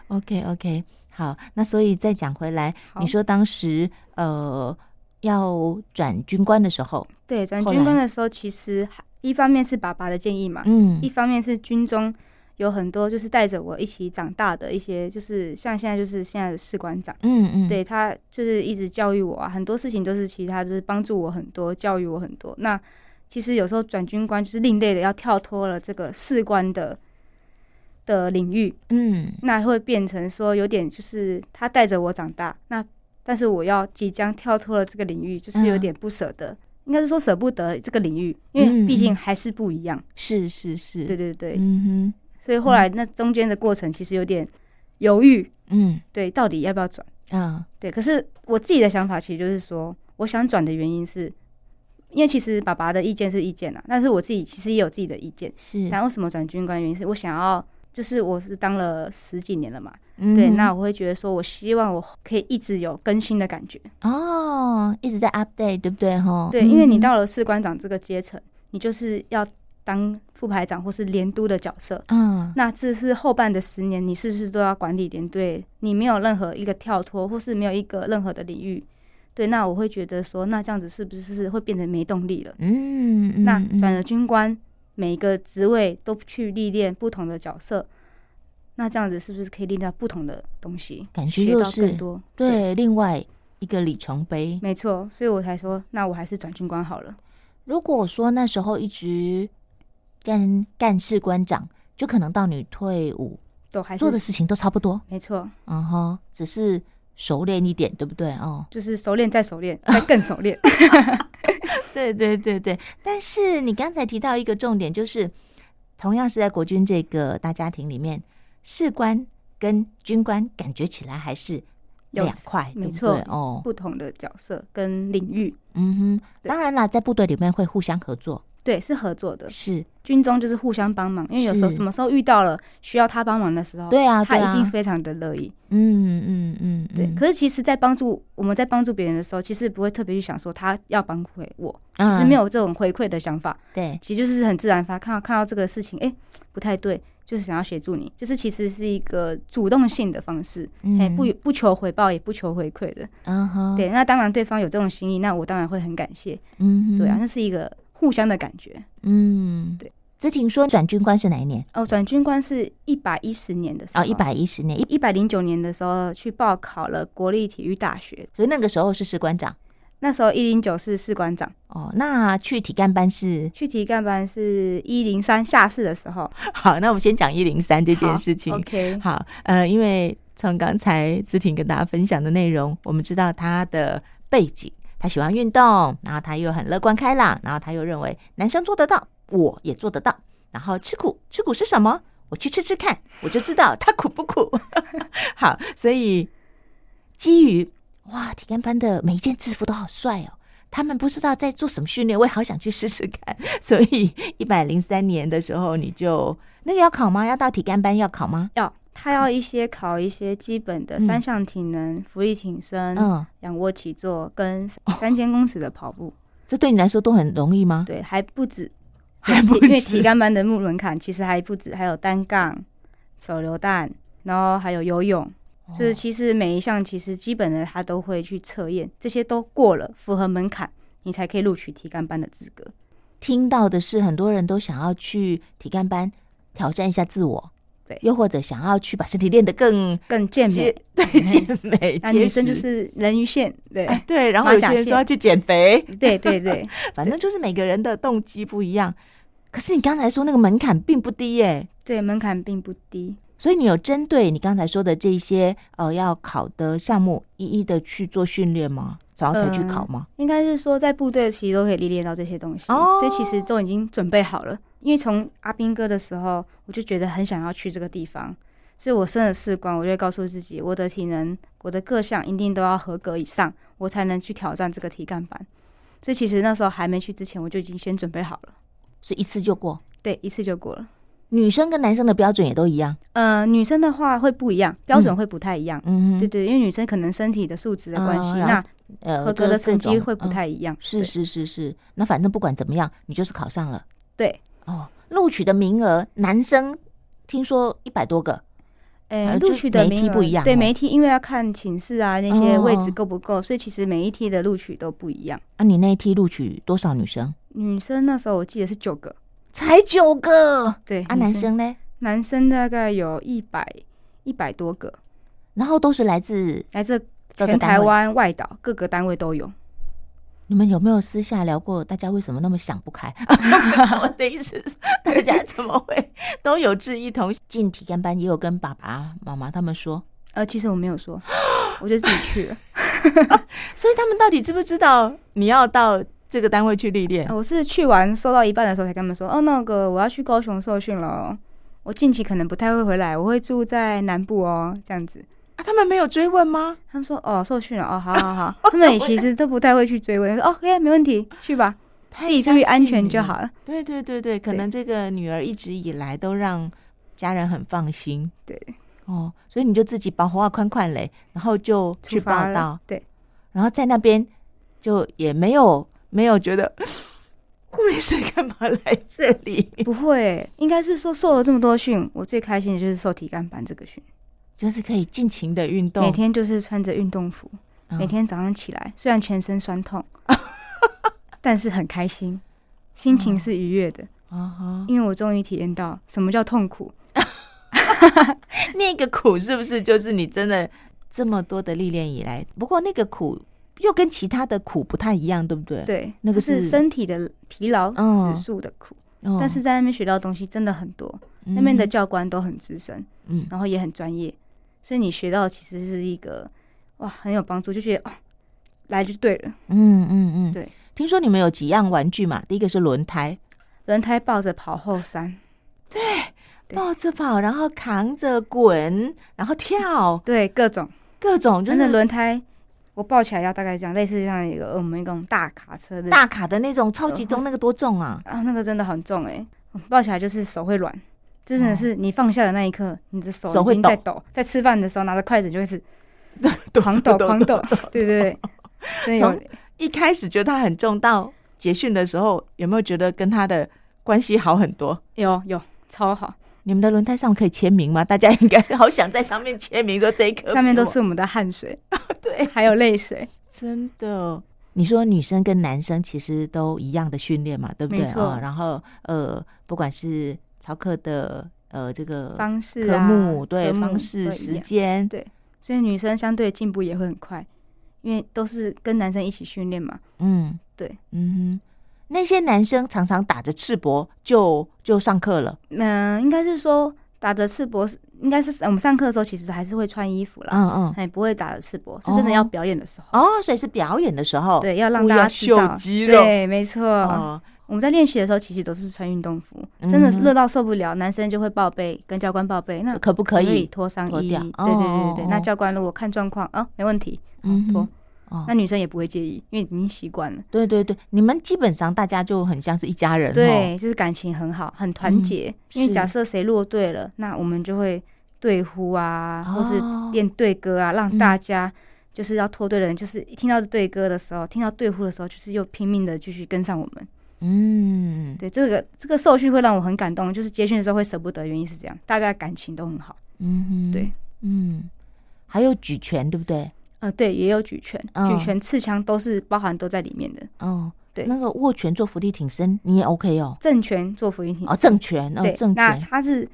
Speaker 1: OK OK，好，那所以再讲回来，
Speaker 2: 好
Speaker 1: 你说当时呃要转军官的时候，
Speaker 2: 对。转
Speaker 1: 后
Speaker 2: 军官
Speaker 1: 来
Speaker 2: 的时候，其实还一方面是爸爸的建议嘛，
Speaker 1: 嗯
Speaker 2: 啊一方面是军中有很多就是带着我一起长大的一些，就是像现在就是现在的士官长，
Speaker 1: 嗯嗯，，
Speaker 2: 对他就是一直教育我啊，很多事情都是其实他就是帮助我很多，教育我很多。那其实有时候转军官就是另类的，要跳脱了这个士官的的领域，
Speaker 1: 嗯
Speaker 2: 那会变成说有点就是他带着我长大，那但是我要即将跳脱了这个领域，就是有
Speaker 1: 嗯
Speaker 2: 点不舍得，应该是说舍不得这个领域，因为毕
Speaker 1: 嗯
Speaker 2: 竟
Speaker 1: 嗯
Speaker 2: 还是不一样。
Speaker 1: 是是是，
Speaker 2: 对对对，
Speaker 1: 嗯
Speaker 2: 所以后来那中间的过程其实有点犹豫，
Speaker 1: 哼，嗯
Speaker 2: 对，到底要不要转？
Speaker 1: 啊，
Speaker 2: 对，可是我自己的想法其实就是说，我想转的原因是。因为其实爸爸的意见是意见啊，但是我自己其实也有自己的意见。
Speaker 1: 是，
Speaker 2: 那为什么转军官？原因是我想要，就是我是当了十几年了嘛，
Speaker 1: 嗯
Speaker 2: 对，
Speaker 1: 哼
Speaker 2: 那我会觉得说，我希望我可以一直有更新的感觉。
Speaker 1: 哦一直在 update，对不对？哈，
Speaker 2: 对，因为你
Speaker 1: 嗯
Speaker 2: 到了士官长这个阶层，你就是要当副排长或是连督的角色。
Speaker 1: 嗯
Speaker 2: 那这是后半的十年，你事事都要管理连队，你没有任何一个跳脱，或是没有一个任何的领域。对，那我会觉得说，那这样子是不是会变得没动力了？
Speaker 1: 嗯嗯，
Speaker 2: 那
Speaker 1: 嗯
Speaker 2: 转了军官，每一个职位都去历练不同的角色，那这样子是不是可以历练到不同的东西，
Speaker 1: 感觉
Speaker 2: 学
Speaker 1: 又
Speaker 2: 到
Speaker 1: 是
Speaker 2: 更多？
Speaker 1: 对另外一个里程碑。
Speaker 2: 没错，所以我才说，那我还是转军官好了。
Speaker 1: 如果说那时候一直干干事官长，就可能到你退伍
Speaker 2: 都还是
Speaker 1: 做的事情都差不多。
Speaker 2: 没错，
Speaker 1: 嗯哼，只是熟练一点，对不对？哦，
Speaker 2: 就是熟练再熟练，再更熟练。
Speaker 1: 对对对对。但是你刚才提到一个重点，就是同样是在国军这个大家庭里面，士官跟军官感觉起来还是
Speaker 2: 有
Speaker 1: 两块，
Speaker 2: 没
Speaker 1: 对不
Speaker 2: 错
Speaker 1: 对哦，
Speaker 2: 不同的角色跟领域，
Speaker 1: 嗯哼。
Speaker 2: 对
Speaker 1: 当然啦，在部队里面会互相合作，
Speaker 2: 对，是合作的。
Speaker 1: 是
Speaker 2: 军中就是互相帮忙，因为有时候
Speaker 1: 是
Speaker 2: 什么时候遇到了需要他帮忙的时候，
Speaker 1: 对啊，
Speaker 2: 他
Speaker 1: 对
Speaker 2: 一定
Speaker 1: 啊，
Speaker 2: 非常的乐意。
Speaker 1: 嗯嗯嗯，
Speaker 2: 对，
Speaker 1: 嗯
Speaker 2: 可是其实，在帮助我们在帮助别人的时候，其实不会特别去想说他要帮回我，
Speaker 1: 嗯
Speaker 2: 其实没有这种回馈的想法，
Speaker 1: 对，
Speaker 2: 其实就是很自然发看到看到这个事情，哎、不太对，就是想要协助你，就是其实是一个主动性的方式。哎、
Speaker 1: 嗯
Speaker 2: 不不求回报，也不求回馈的。
Speaker 1: 嗯哼，，
Speaker 2: 对，那当然对方有这种心意，那我当然会很感谢。
Speaker 1: 嗯哼，
Speaker 2: 对啊，那是一个互相的感觉。
Speaker 1: 嗯，
Speaker 2: 对。
Speaker 1: 知婷说转军官是哪一年？
Speaker 2: 哦，转军官是一百一十年的时候，
Speaker 1: 哦，一百一十年，一
Speaker 2: 一百零九年的时候去报考了国立体育大学，
Speaker 1: 所以那个时候是士官长。
Speaker 2: 那时候一零九是士官长，
Speaker 1: 哦，那去体干班是
Speaker 2: 去体干班是一零三下士的时候。
Speaker 1: 好。那我们先讲一零三这件
Speaker 2: 好
Speaker 1: 事情。
Speaker 2: OK，
Speaker 1: 好，呃，因为从刚才姿婷跟大家分享的内容，我们知道她的背景，她喜欢运动，然后她又很乐观开朗，然后她又认为男生做得到，我也做得到。然后吃苦，吃苦是什么？我去吃吃 看，我就知道它苦不苦。好，所以基于哇，体干班的每一件制服都好帅哦。他们不知道在做什么训练，我也好想去试试看。 所以一百零三年的时候，你就那个要考吗？要到体干班要考吗？
Speaker 2: 要他要一些考一些基本的
Speaker 1: 嗯
Speaker 2: 三项体能、浮力挺身、
Speaker 1: 嗯，哦
Speaker 2: 仰卧起坐跟三千公尺的跑步。
Speaker 1: 这对你来说都很容易吗？
Speaker 2: 对，还不止，
Speaker 1: 还不
Speaker 2: 因为
Speaker 1: 止
Speaker 2: 体干班的入门槛其实还不止，还有单杠、手榴弹，然后还有游泳。
Speaker 1: 哦
Speaker 2: 就是其实每一项其实基本的他都会去测验，这些都过了，符合门槛，你才可以录取体干班的资格。
Speaker 1: 听到的是很多人都想要去体干班挑战一下自我，
Speaker 2: 对
Speaker 1: 又或者想要去把身体练得更
Speaker 2: 更健美
Speaker 1: 结， 对健美，
Speaker 2: 那
Speaker 1: 结
Speaker 2: 女生就
Speaker 1: 实
Speaker 2: 是人鱼线，对、
Speaker 1: 哎对，然后
Speaker 2: 马
Speaker 1: 有
Speaker 2: 甲
Speaker 1: 些人说
Speaker 2: 线
Speaker 1: 要去减肥，
Speaker 2: 对对对，
Speaker 1: 反正就是每个人的动机不一样。可是你刚才说那个门槛并不低耶、
Speaker 2: 对门槛并不低。
Speaker 1: 所以你有针对你刚才说的这些呃要考的项目，一一的去做训练吗？早上才
Speaker 2: 呃
Speaker 1: 去考吗？
Speaker 2: 应该是说在部队其实都可以历练到这些东西，
Speaker 1: 哦
Speaker 2: 所以其实都已经准备好了。因为从阿兵哥的时候，我就觉得很想要去这个地方，所以我升了士官，我就会告诉自己，我的体能、我的各项一定都要合格以上，我才能去挑战这个体干班。所以其实那时候还没去之前，我就已经先准备好了，
Speaker 1: 所以一次就过。
Speaker 2: 对，一次就过了。
Speaker 1: 女生跟男生的标准也都一样，
Speaker 2: 呃，女生的话会不一样，标准会不太一样。
Speaker 1: 嗯
Speaker 2: 对
Speaker 1: 哼，
Speaker 2: 对，因为女生可能身体的素质的关系，
Speaker 1: 哦然
Speaker 2: 那
Speaker 1: 后呃
Speaker 2: 合格的成绩会
Speaker 1: 各各
Speaker 2: 不。
Speaker 1: 种嗯
Speaker 2: 太一样。
Speaker 1: 是是是是，那反正不管怎么样，你就是考上了
Speaker 2: 对，
Speaker 1: 哦。录取的名额，男生听说一百多个，
Speaker 2: 诶
Speaker 1: 呃，
Speaker 2: 录
Speaker 1: 就
Speaker 2: 取的
Speaker 1: 每一梯
Speaker 2: 名额
Speaker 1: 不一样
Speaker 2: 对
Speaker 1: 哦
Speaker 2: 每一梯，因为要看寝室啊那些
Speaker 1: 哦
Speaker 2: 位
Speaker 1: 哦
Speaker 2: 置够不够，所以其实每一梯的录取都不一样。
Speaker 1: 啊，你那一梯录取多少女生？
Speaker 2: 女生那时候我记得是九个，
Speaker 1: 才九个
Speaker 2: 对
Speaker 1: 啊，
Speaker 2: 女
Speaker 1: 男生呢？
Speaker 2: 男生大概有一百一百多个，
Speaker 1: 然后都是来自
Speaker 2: 来自
Speaker 1: 各个
Speaker 2: 全
Speaker 1: 单
Speaker 2: 台
Speaker 1: 位。
Speaker 2: 湾外岛各个单位都有。
Speaker 1: 你们有没有私下聊过，大家为什么那么想不开？ 我的意思是，大家怎么会 都有志一 同？进体干班也有跟爸爸妈妈他们说，
Speaker 2: 呃，其实我没有说，我就自己去 了。
Speaker 1: 所以他们到底知不知道你要到这个单位去历练
Speaker 2: 呃？我是去完收到一半的时候才跟他们说，哦，那个我要去高雄受训了哦，我近期可能不太会回来，我会住在南部哦，这样子。
Speaker 1: 啊，他们没有追问吗？
Speaker 2: 他们说哦，受训了哦，好好 好，他们也其实都不太会去追问，说哦，OK，没问题，去吧，
Speaker 1: 自
Speaker 2: 自己注意安全就好。了。
Speaker 1: 对对对对，可
Speaker 2: 对
Speaker 1: 能这个女儿一直以来都让家人很放心。
Speaker 2: 对，
Speaker 1: 哦，所以你就自己保护好宽宽嘞，然后就去
Speaker 2: 出发
Speaker 1: 报道
Speaker 2: 了，，对，
Speaker 1: 然后在那边就也没有没有觉得 护理师干嘛来这里，
Speaker 2: 不会，应该是说受了这么多训，我最开心的就是受体干班这个训，
Speaker 1: 就是可以尽情的运动，
Speaker 2: 每天就是穿着运动服，
Speaker 1: 嗯
Speaker 2: 每天早上起来，虽然全身 酸痛，但是很开心，心情是愉悦的，
Speaker 1: 啊哈，
Speaker 2: 因为我终于体验到什么叫痛苦。
Speaker 1: 那个苦是不是就是你真的这么多的历练以来？不过那个苦又跟其他的苦不太一样，对不对？，
Speaker 2: 对，
Speaker 1: 那个
Speaker 2: 它是
Speaker 1: 是
Speaker 2: 身体的疲劳
Speaker 1: 嗯
Speaker 2: 指数的苦，
Speaker 1: 哦
Speaker 2: 但是在那边学到的东西真的很多，
Speaker 1: 嗯
Speaker 2: 那边的教官都很资深。
Speaker 1: 嗯
Speaker 2: 然后也很专业，所以你学到其实是一个哇很有帮助，就觉得哦来就对了，
Speaker 1: 嗯嗯嗯，
Speaker 2: 对。
Speaker 1: 听说你们有几样玩具嘛？第一个是轮胎，
Speaker 2: 轮胎抱着跑后山，对
Speaker 1: 抱着跑，然后扛着滚，然后跳，
Speaker 2: 对各种，
Speaker 1: 各种就
Speaker 2: 但是
Speaker 1: 是
Speaker 2: 轮胎我抱起来要大概这样，类似像一个呃我们那种大卡车的
Speaker 1: 大卡的那种超级重，那个多重啊？
Speaker 2: 啊，那个真的很重哎、抱起来就是手会软。就真的是你放下的那一刻，你的手
Speaker 1: 手
Speaker 2: 已
Speaker 1: 会
Speaker 2: 经
Speaker 1: 抖
Speaker 2: 在抖，在吃饭的时候拿着筷子就会是狂抖狂抖，对对对，所以有
Speaker 1: 从一开始觉得它很重，到结训的时候有没有觉得跟它的关系好很多？
Speaker 2: 有有超好，
Speaker 1: 你们的轮胎上可以签名吗？大家应该好想在上面签名，说这一颗
Speaker 2: 上面都
Speaker 1: 苹
Speaker 2: 是我们的汗水，
Speaker 1: 果呃对，
Speaker 2: 还有泪水，
Speaker 1: 真的。你说女生跟男生其实都一样的训练嘛，对不对
Speaker 2: 没错
Speaker 1: 啊、然后呃，不管是操课的呃这个
Speaker 2: 方式
Speaker 1: 科
Speaker 2: 啊，
Speaker 1: 目、对
Speaker 2: 科目
Speaker 1: 方式、
Speaker 2: 都一
Speaker 1: 时
Speaker 2: 样
Speaker 1: 间，
Speaker 2: 对所以女生相对进步也会很快，因为都是跟男生一起训练嘛。
Speaker 1: 嗯，
Speaker 2: 对，
Speaker 1: 嗯哼，那些男生常常打着赤膊就就上课了，
Speaker 2: 嗯、应该是说打着赤膊是，应该是我们上课的时候其实还是会穿衣服啦，
Speaker 1: 嗯嗯，
Speaker 2: 哎、不会打着赤膊，是真的要表演的时候，
Speaker 1: 哦，所以是表演的时候，，
Speaker 2: 对，要让
Speaker 1: 哦故意
Speaker 2: 大
Speaker 1: 要
Speaker 2: 家知道
Speaker 1: 秀，肌肉
Speaker 2: 对，没错。
Speaker 1: 哦，
Speaker 2: 我们在练习的时候其实都是穿运动服，真的是
Speaker 1: 嗯
Speaker 2: 热到受不了，男生就会报备，跟教官报备，那
Speaker 1: 可不可
Speaker 2: 可以
Speaker 1: 以？
Speaker 2: 脱上
Speaker 1: 脱
Speaker 2: 衣，
Speaker 1: 掉
Speaker 2: 对对对对
Speaker 1: 哦
Speaker 2: 对，
Speaker 1: 哦
Speaker 2: 那
Speaker 1: 哦
Speaker 2: 教官如果看状况啊，没问题，
Speaker 1: 嗯
Speaker 2: 脱
Speaker 1: 哼，哦
Speaker 2: 那女生也不会介意，因为已经习惯了。
Speaker 1: 对对对，你们基本上大家就很像是一家人，哦
Speaker 2: 对，就是感情很好，很团
Speaker 1: 嗯
Speaker 2: 结。因为
Speaker 1: 是
Speaker 2: 假设谁落队了，那我们就会对呼啊，
Speaker 1: 吼，
Speaker 2: 或是
Speaker 1: 哦
Speaker 2: 练对歌啊，让
Speaker 1: 嗯
Speaker 2: 大家就是要脱队的人，就是一听到对歌的时候，听到对呼的时候，就是又拼命的继续跟上我们。
Speaker 1: 嗯，
Speaker 2: 对，这个这个受训会让我很感动，就是接训的时候会舍不得，原因是这样，大家感情都很好。
Speaker 1: 嗯哼，
Speaker 2: 对，
Speaker 1: 嗯，还有举拳，对不对？
Speaker 2: 呃，对，也有举拳、
Speaker 1: 嗯
Speaker 2: 举拳、刺枪都是包含都在里面的。
Speaker 1: 哦，
Speaker 2: 对
Speaker 1: 那个握拳做伏地挺身，你也 OK 哦，
Speaker 2: 正拳做俯卧撑
Speaker 1: 哦，正拳，哦
Speaker 2: 对，，
Speaker 1: 正
Speaker 2: 那
Speaker 1: 拳，
Speaker 2: 他是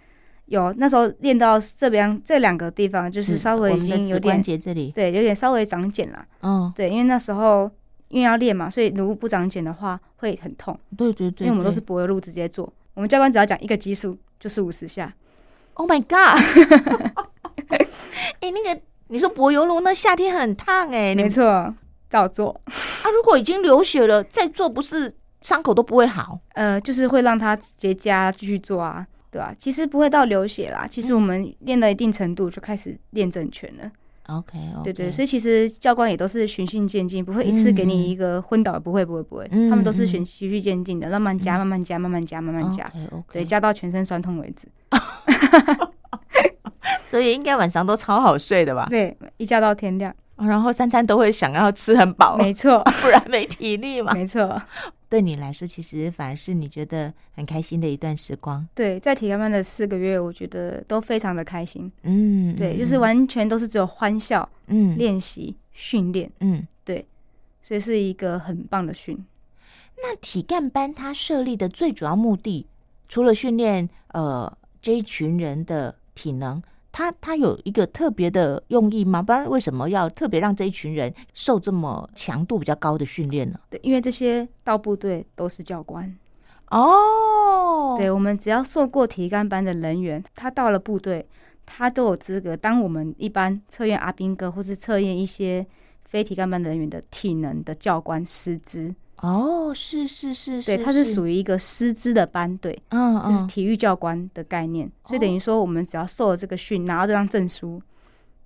Speaker 2: 有那时候练到这边这两个地方，就是稍
Speaker 1: 嗯
Speaker 2: 微
Speaker 1: 我
Speaker 2: 已
Speaker 1: 们的
Speaker 2: 经有
Speaker 1: 指关
Speaker 2: 点
Speaker 1: 节这里，
Speaker 2: 对，有点稍微长茧啦。
Speaker 1: 哦，
Speaker 2: 对，因为那时候因为要练嘛，所以如果不长茧的话会很痛，
Speaker 1: 对对
Speaker 2: 因
Speaker 1: 对，
Speaker 2: 为我们都
Speaker 1: 对
Speaker 2: 是柏油路直接做，我们教官只要讲一个基数就是五十下，
Speaker 1: Oh my God！哎、那个你说柏油路那夏天很烫哎、你
Speaker 2: 没
Speaker 1: 们
Speaker 2: 错，照做。
Speaker 1: 啊，如果已经流血了，再做不是伤口都不会好。
Speaker 2: 呃，就是会让它结痂继续做啊，对啊，其实不会到流血啦，
Speaker 1: 嗯
Speaker 2: 其实我们练到一定程度就开始练正拳了。
Speaker 1: OK，, o k
Speaker 2: 对对，所以其实教官也都是循序渐进，不会一次给你一个昏倒，不会不会不会，
Speaker 1: 嗯
Speaker 2: 他们都是
Speaker 1: 嗯哦
Speaker 2: 循循序渐进的，慢慢加，慢慢加，慢慢加，慢慢加，
Speaker 1: OK OK，
Speaker 2: 对，加到全身酸痛为止。
Speaker 1: 所以应该晚上都超好睡的吧？
Speaker 2: 对，一加到天亮，
Speaker 1: 哦然后三餐都会想要吃很饱，
Speaker 2: 没错，
Speaker 1: 不然没体力嘛。
Speaker 2: 没错。
Speaker 1: 对你来说，其实反而是你觉得很开心的一段时光。
Speaker 2: 对，在体育班的四个月，我觉得都非常的开心，
Speaker 1: 嗯，
Speaker 2: 对，
Speaker 1: 嗯
Speaker 2: 就是完全都是只有欢笑、
Speaker 1: 嗯
Speaker 2: 练习、训练，
Speaker 1: 嗯。
Speaker 2: 所以是一个很棒的训。
Speaker 1: 那体干班它设立的最主要目的，除了训练呃这一群人的体能，它它有一个特别的用意吗？不然为什么要特别让这一群人受这么强度比较高的训练呢？
Speaker 2: 对，因为这些到部队都是教官，
Speaker 1: 哦，
Speaker 2: 对，我们只要受过体干班的人员，他到了部队，他都有资格当我们一般测验阿兵哥或是测验一些非体干班人员的体能的教官师资。
Speaker 1: 哦，是是是是，
Speaker 2: 对，他是
Speaker 1: 于
Speaker 2: 属于一个师资的班队，
Speaker 1: 嗯
Speaker 2: 就是
Speaker 1: 嗯
Speaker 2: 体育教官的概念。所以等于说，我们只要受了这个训，拿到这张证书，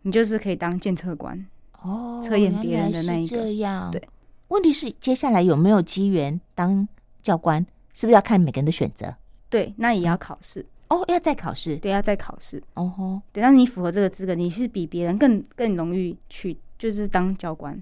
Speaker 2: 你就是可以当检测官。
Speaker 1: 哦
Speaker 2: 测验别人的
Speaker 1: 原
Speaker 2: 那
Speaker 1: 来
Speaker 2: 一
Speaker 1: 是
Speaker 2: 个
Speaker 1: 这样
Speaker 2: 对。
Speaker 1: 问题是接下来有没有机缘当教官，是不是要看每个人的选择？
Speaker 2: 对，那也要考试，
Speaker 1: 哦，要再考试。
Speaker 2: 对，要再考试。
Speaker 1: 哦吼，
Speaker 2: 对，但是你符合这个资格，你是比别人更更容易去，就是当教官，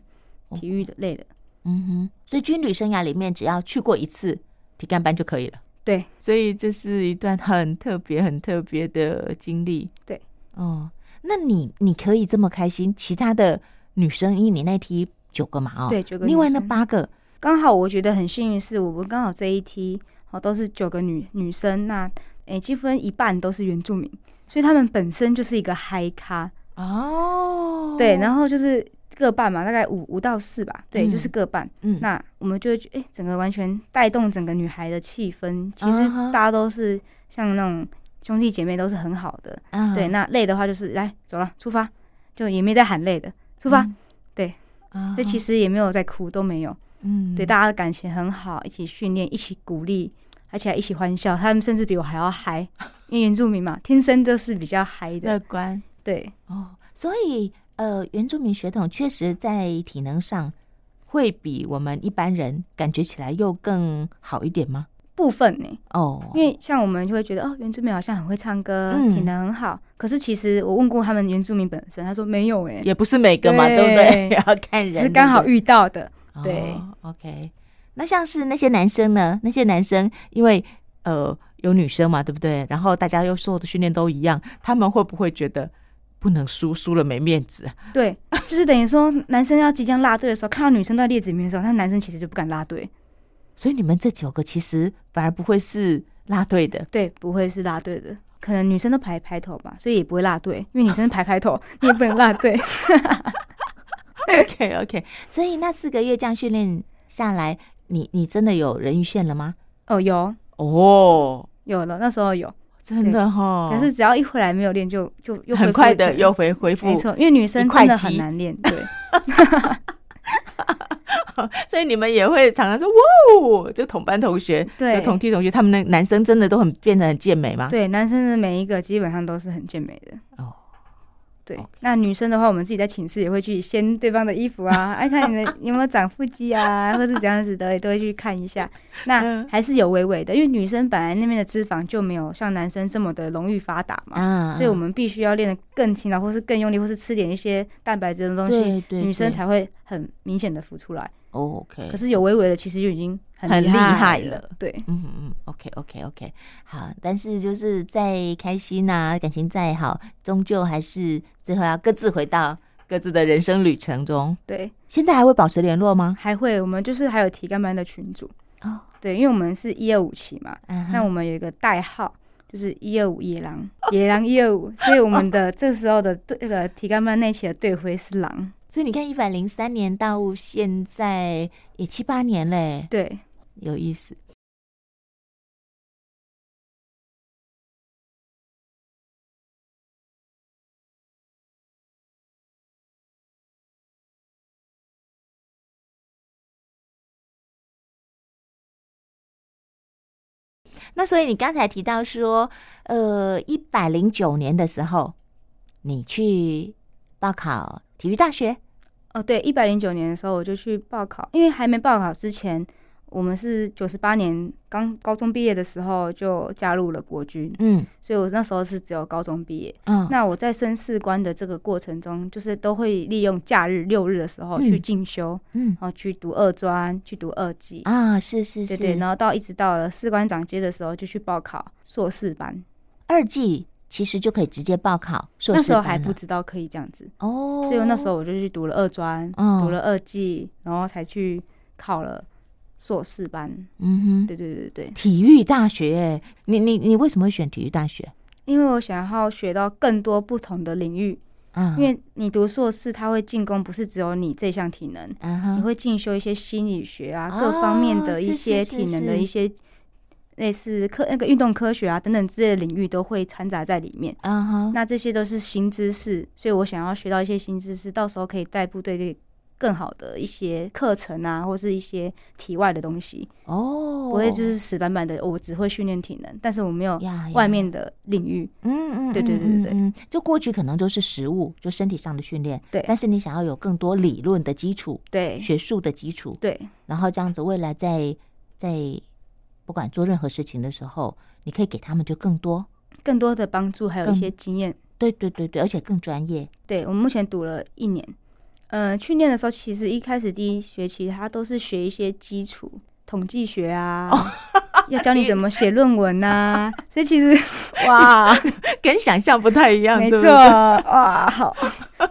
Speaker 2: 体育的类的。
Speaker 1: 嗯哼，所以军旅生涯里面只要去过一次体干班就可以了。
Speaker 2: 对，
Speaker 1: 所以这是一段很特别、很特别的经历。
Speaker 2: 对，
Speaker 1: 哦，那你你可以这么开心，其他的女生，因为你那梯九个嘛，哦，
Speaker 2: 对，九个
Speaker 1: 另
Speaker 2: 女
Speaker 1: 外那
Speaker 2: 生
Speaker 1: 八个，
Speaker 2: 刚好我觉得很幸运，是我们刚好这一梯哦都是九个女女生，那诶、几乎一半都是原住民，所以他们本身就是一个嗨咖，
Speaker 1: 哦，
Speaker 2: 对，
Speaker 1: 后
Speaker 2: 然后就是各半嘛，大概五五到四吧，对，
Speaker 1: 嗯
Speaker 2: 就是各半。
Speaker 1: 嗯，
Speaker 2: 那我们就会觉诶、整个完全带动整个女孩的气氛，其实
Speaker 1: 啊哈
Speaker 2: 大家都是像那种兄弟姐妹都是很好的，
Speaker 1: 啊
Speaker 2: 对，那累的话就是来走了出发，就也没在喊累的出发，，对
Speaker 1: 嗯啊哈，
Speaker 2: 所以其实也没有在哭，都没有。
Speaker 1: 嗯，
Speaker 2: 对，大家的感情很好，一起训练，一起鼓励，而且还一起欢笑。他们甚至比我还要嗨， 因为原住民嘛，天生就是比较嗨
Speaker 1: 乐
Speaker 2: 的。
Speaker 1: 观
Speaker 2: 对，
Speaker 1: 哦，所以呃，原住民血统确实在体能上会比我们一般人感觉起来又更好一点吗？
Speaker 2: 部分呢、
Speaker 1: 哦，
Speaker 2: 因为像我们就会觉得哦，原住民好像很会唱歌，
Speaker 1: 嗯
Speaker 2: 体能很好。可是其实我问过他们原住民本身，他说没有哎、
Speaker 1: 也不是每个嘛，对不对？
Speaker 2: 对
Speaker 1: 要看人，
Speaker 2: 只是刚好遇到
Speaker 1: 对不对
Speaker 2: 的。对
Speaker 1: 哦 OK，那像是那些男生呢？那些男生因为呃有女生嘛，对不对？然后大家又受的训练都一样，他们会不会觉得不能输，输了没面子？啊
Speaker 2: 对， 就是等于说男生要即将拉队的时候，看到女生都在列子里面的时候，那男生其实就不敢拉队。
Speaker 1: 所以你们这九个其实反而不会是拉队的，
Speaker 2: 对，不会是拉队的。可能女生都排排头吧，所以也不会拉队，因为女生排排头， 你也不能拉队。
Speaker 1: OK OK，所以那四个月这样训练下来，你你真的有人鱼线了吗？
Speaker 2: 哦，有
Speaker 1: 哦，
Speaker 2: 有了，那时候有，
Speaker 1: 真的哈、哦，
Speaker 2: 可是只要一回来没有练就，就又恢
Speaker 1: 很
Speaker 2: 复
Speaker 1: 快
Speaker 2: 正
Speaker 1: 的
Speaker 2: 常
Speaker 1: 又回恢复
Speaker 2: 没，错，因为女生真的
Speaker 1: 一块
Speaker 2: 很
Speaker 1: 肌
Speaker 2: 难练， 对
Speaker 1: 所以你们也会常常说哇哦，就同班同学、就同
Speaker 2: 对
Speaker 1: 梯同学，他们那男生真的都很变得很健美吗？
Speaker 2: 对，男生的每一个基本上都是很健美的，
Speaker 1: 哦，
Speaker 2: 对那女生的话，我们自己在寝室也会去掀对方的衣服 啊，哎，看你的有没有长腹肌啊， 或是怎样子的，都会去看一下。那
Speaker 1: 嗯
Speaker 2: 还是有微微的，因为女生本来那边的脂肪就没有像男生这么的容易发达嘛，
Speaker 1: 啊，
Speaker 2: 所以我们必须要练得更勤劳，或是更用力，或是吃点一些蛋白质的东西，
Speaker 1: 对对
Speaker 2: 女生
Speaker 1: 对
Speaker 2: 才会很明显的浮出来。
Speaker 1: OK，
Speaker 2: 可是有微微的，其实就已经
Speaker 1: 很
Speaker 2: 很
Speaker 1: 厉害
Speaker 2: 害
Speaker 1: 了
Speaker 2: 对，
Speaker 1: 嗯嗯，OK OK OK，好，但是就是再开心呐、感情再好，终究还是最后要各自回到各自的人生旅程中。
Speaker 2: 对，
Speaker 1: 现在还会保持联络吗？
Speaker 2: 还会我们就是还有体干班的群组，
Speaker 1: 哦，
Speaker 2: 对，因为我们是一二五期嘛，
Speaker 1: 嗯哼
Speaker 2: 那我们有一个代号就是一二五野狼，野狼一二五，所以我们的这时候的队那个体干班那期的队徽是狼，
Speaker 1: 所以你看，一百零三年到现在也七八年嘞，
Speaker 2: 对，
Speaker 1: 有意思。那所以你刚才提到说，呃，一百零九年的时候，你去报考体育大学，
Speaker 2: 哦对，一百零九年的时候我就去报考，因为还没报考之前，我们是九十八年刚高中毕业的时候就加入了国军，
Speaker 1: 嗯
Speaker 2: 所以我那时候是只有高中毕业，
Speaker 1: 嗯，
Speaker 2: 那我在升士官的这个过程中，就是都会利用假日六日的时候去
Speaker 1: 嗯
Speaker 2: 进修，
Speaker 1: 嗯
Speaker 2: 然后去读二专，去读二技，
Speaker 1: 啊，是是是，
Speaker 2: 对对，然后到一直到了士官长阶的时候，就去报考硕士班。
Speaker 1: 二季其实就可以直接报考硕
Speaker 2: 那
Speaker 1: 士
Speaker 2: 时候
Speaker 1: 班
Speaker 2: 还不
Speaker 1: 了
Speaker 2: 知道可以这样子，
Speaker 1: 哦，
Speaker 2: 所以我那时候我就去读了二专，
Speaker 1: 嗯
Speaker 2: 读了二技，然后才去考了硕士班。
Speaker 1: 嗯哼，
Speaker 2: 对对对对，
Speaker 1: 体育大学，你你你为什么会选体育大学
Speaker 2: 因为我想要学到更多不同的领域，
Speaker 1: 啊？
Speaker 2: 因为你读硕士，它会进攻不是只有你这项体能。
Speaker 1: 啊哈，
Speaker 2: 你会进修一些心理学啊，
Speaker 1: 哦
Speaker 2: 各方面的一
Speaker 1: 是
Speaker 2: 些
Speaker 1: 是
Speaker 2: 体能的
Speaker 1: 是
Speaker 2: 一些类似科那个运动科学啊等等之类的领域都会掺杂在里面。
Speaker 1: 啊哈，
Speaker 2: 那这些都是新知识，所以我想要学到一些新知识，到时候可以带部队给更好的一些课程啊，或是一些体外的东西，
Speaker 1: 哦，
Speaker 2: 不会就是死板板的，哦我只会训练体能，但是我没有
Speaker 1: 呀呀
Speaker 2: 外面的领域。
Speaker 1: 嗯嗯，
Speaker 2: 对对对
Speaker 1: 嗯
Speaker 2: 对对
Speaker 1: 嗯，嗯就过去可能都是实物，就身体上的训练，
Speaker 2: 对
Speaker 1: 但是你想要有更多理论的基础、
Speaker 2: 对
Speaker 1: 学术的基础，
Speaker 2: 对
Speaker 1: 然后这样子未来在在不管做任何事情的时候，你可以给他们就更多，
Speaker 2: 更多的帮助，还有一
Speaker 1: 更
Speaker 2: 些经验。
Speaker 1: 对对对对，而且更专业，
Speaker 2: 对我们目前读了一年，呃，去年的时候其实一开始第一学期他都是学一些基础统计学
Speaker 1: 哦
Speaker 2: 啊，要教你怎么写论 文呐、所以其实哇，
Speaker 1: 跟想象不太一样，
Speaker 2: 没
Speaker 1: 对不
Speaker 2: 错，
Speaker 1: 对
Speaker 2: 哇，好，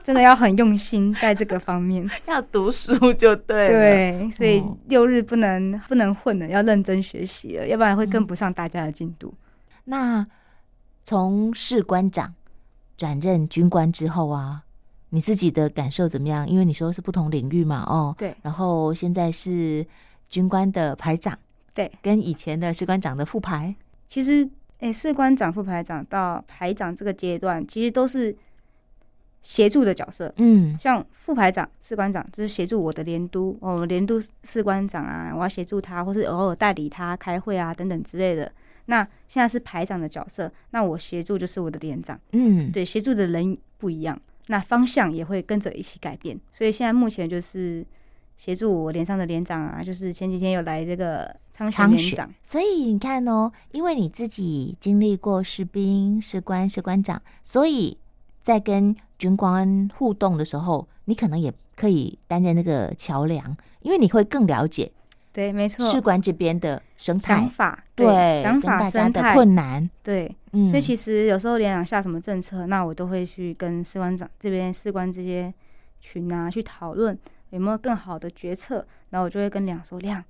Speaker 2: 真的要很用心在这个方面。
Speaker 1: 要读书就 对了。
Speaker 2: 对，所以
Speaker 1: 嗯
Speaker 2: 六日不能不能混了，要认真学习了，要不然会
Speaker 1: 嗯
Speaker 2: 跟不上大家的进度。
Speaker 1: 那从士官长转任军官之后啊，你自己的感受怎么样？因为你说是不同领域嘛，哦，
Speaker 2: 对
Speaker 1: 然后现在是军官的排长，
Speaker 2: 对，
Speaker 1: 跟以前的士官长的副排，
Speaker 2: 其实，诶、士官长、副排长到排长这个阶段，其实都是协助的角色。
Speaker 1: 嗯
Speaker 2: 像副排长、士官长，就是协助我的连督，哦我连督士官长啊，我要协助他，或是偶尔代理他开会啊等等之类的。那现在是排长的角色，那我协助就是我的连长，
Speaker 1: 嗯，
Speaker 2: 对，协助的人不一样，那方向也会跟着一起改变。所以现在目前就是协助我连上的连长啊，就是前几天有来这个苍玄
Speaker 1: 苍
Speaker 2: 连
Speaker 1: 玄
Speaker 2: 长，
Speaker 1: 所以你看哦，因为你自己经历过士兵、士官、士官长，所以在跟军官互动的时候，你可能也可以担任那个桥梁，因为你会更了解
Speaker 2: 对，没错，
Speaker 1: 士官这边的生态
Speaker 2: 想。法，
Speaker 1: 对，
Speaker 2: 想
Speaker 1: 跟
Speaker 2: 法
Speaker 1: 大家
Speaker 2: 生
Speaker 1: 的
Speaker 2: 态，
Speaker 1: 困难，
Speaker 2: 对，
Speaker 1: 嗯，
Speaker 2: 所以其实有时候连长下什么政策，那我都会去跟士官长这边士官这些群啊去讨论有没有更好的决策，然后我就会跟亮说亮。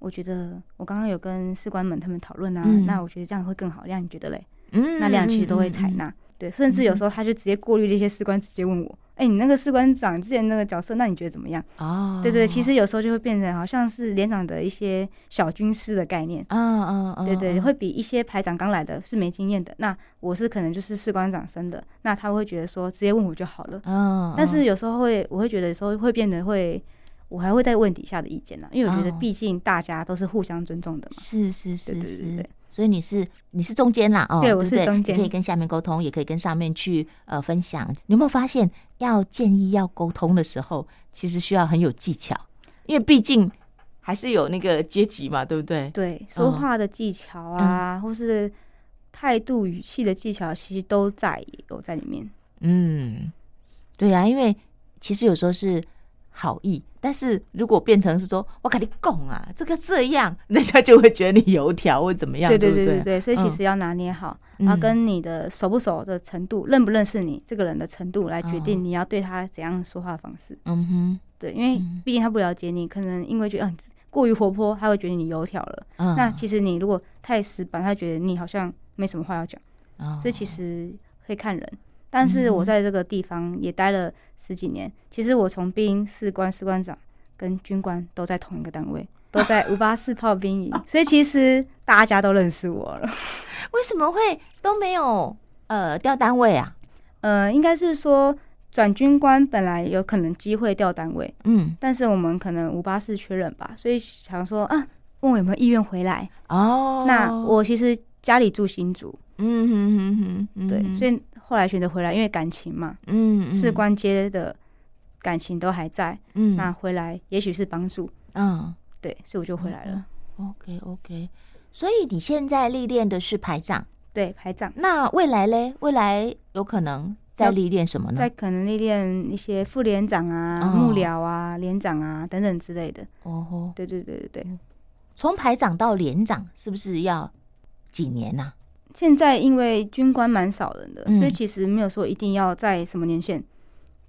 Speaker 2: 我觉得我刚刚有跟士官们他们讨论啊，
Speaker 1: 嗯
Speaker 2: 那我觉得这样会更好。亮，你觉得嘞？
Speaker 1: 嗯
Speaker 2: 那亮其实都会采，纳，对，甚至有时候他就直接过滤这些士官，直接问我，哎、你那个士官长之前那个角色，那你觉得怎么样？
Speaker 1: 哦，
Speaker 2: 对对，其实有时候就会变成好像是连长的一些小军师的概念，
Speaker 1: 啊啊啊，
Speaker 2: 对对，
Speaker 1: 啊
Speaker 2: 会比一些排长刚来的是没经验的，那我是可能就是士官长升的，那他会觉得说直接问我就好了。
Speaker 1: 嗯，
Speaker 2: 但是有时候会，我会觉得有时候会变得会，我还会再问底下的意见呢，因为我觉得
Speaker 1: 哦
Speaker 2: 毕竟大家都是互相尊重的嘛。
Speaker 1: 是是
Speaker 2: 对
Speaker 1: 是
Speaker 2: 对对
Speaker 1: 是
Speaker 2: 对，，
Speaker 1: 所以你是你是中间啦，哦，
Speaker 2: 对
Speaker 1: 不
Speaker 2: 我是中间
Speaker 1: 你可以跟下面沟通，也可以跟上面去呃分享。你有没有发现，要建议要沟通的时候，其实需要很有技巧，因为毕竟还是有那个阶级嘛，对不对？
Speaker 2: 对，
Speaker 1: 哦嗯
Speaker 2: 说话的技巧啊，或是态度、语气的技巧，其实都在有在里面。
Speaker 1: 嗯，对呀、因为其实有时候是好意，但是如果变成是说我跟你讲啊，这个这样， 人家就会觉得你油条或怎么样，
Speaker 2: 对
Speaker 1: 对
Speaker 2: 对对
Speaker 1: 不
Speaker 2: 对对，所以
Speaker 1: 嗯
Speaker 2: 其实要拿捏好，
Speaker 1: 嗯
Speaker 2: 然后跟你的熟不熟的程度，认不认识你这个人的程度来决
Speaker 1: 哦
Speaker 2: 定你要对他怎样说话的方式。
Speaker 1: 嗯哼，
Speaker 2: 对，因为
Speaker 1: 嗯
Speaker 2: 毕竟他不了解你，可能因为觉得、啊、你过于活泼，他会觉得你油条了。
Speaker 1: 嗯，
Speaker 2: 那其实你如果太死板，他觉得你好像没什么话要讲。
Speaker 1: 哦嗯
Speaker 2: 所以其实会看人。但是我在这个地方也待了十几年，其实我从兵士官、士官长跟军官都在同一个单位，都在五八四炮兵营，所以其实大家都认识我了。
Speaker 1: 为什么会都没有呃调单位啊？
Speaker 2: 呃，应该是说转军官本来有可能机会调单位，
Speaker 1: 嗯，
Speaker 2: 但是我们可能五八四缺人吧，所以想说啊，问我有没有意愿回来。
Speaker 1: 哦，
Speaker 2: 那我其实家里住新竹，
Speaker 1: 嗯哼哼哼嗯哼，
Speaker 2: 对，所以后来选择回来，因为感情嘛，
Speaker 1: 嗯
Speaker 2: 士，官阶的感情都还在。
Speaker 1: 嗯
Speaker 2: 那
Speaker 1: 嗯
Speaker 2: 回来也许是帮助，
Speaker 1: 嗯
Speaker 2: 对，所以我就回来了。
Speaker 1: ，OK OK，所以你现在历练的是排长，
Speaker 2: 对，排长
Speaker 1: 那未来嘞？未来有可能再
Speaker 2: 要
Speaker 1: 历练什么呢
Speaker 2: 在？可能历练一些副连长啊、
Speaker 1: 嗯哦
Speaker 2: 幕僚啊、连长啊等等之类的。
Speaker 1: 哦吼，
Speaker 2: 对对对对对。
Speaker 1: 从排长到连长是不是要几年啊呐、
Speaker 2: 现在因为军官蛮少人的，
Speaker 1: 嗯
Speaker 2: 所以其实没有说一定要在什么年限，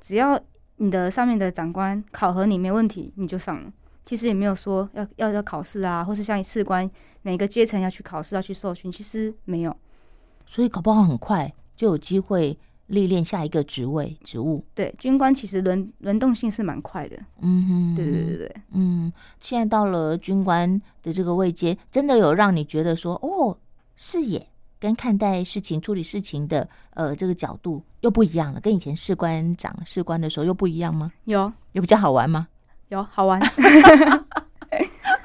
Speaker 2: 只要你的上面的长官考核你没问题，你就上了。其实也没有说要要要考试啊，或是像士官每个阶层要去考试要去受训，其实没有。
Speaker 1: 所以搞不好很快就有机会历练下一个职位职务。
Speaker 2: 对，军官其实轮轮动性是蛮快的。
Speaker 1: 嗯哼，
Speaker 2: 对对对对对。
Speaker 1: 嗯，现在到了军官的这个位阶，真的有让你觉得说，哦，视野跟看待事情、处理事情的呃这个角度又不一样了，跟以前士官长、士官的时候又不一样吗？
Speaker 2: 有
Speaker 1: 有比较好玩吗？
Speaker 2: 有好玩，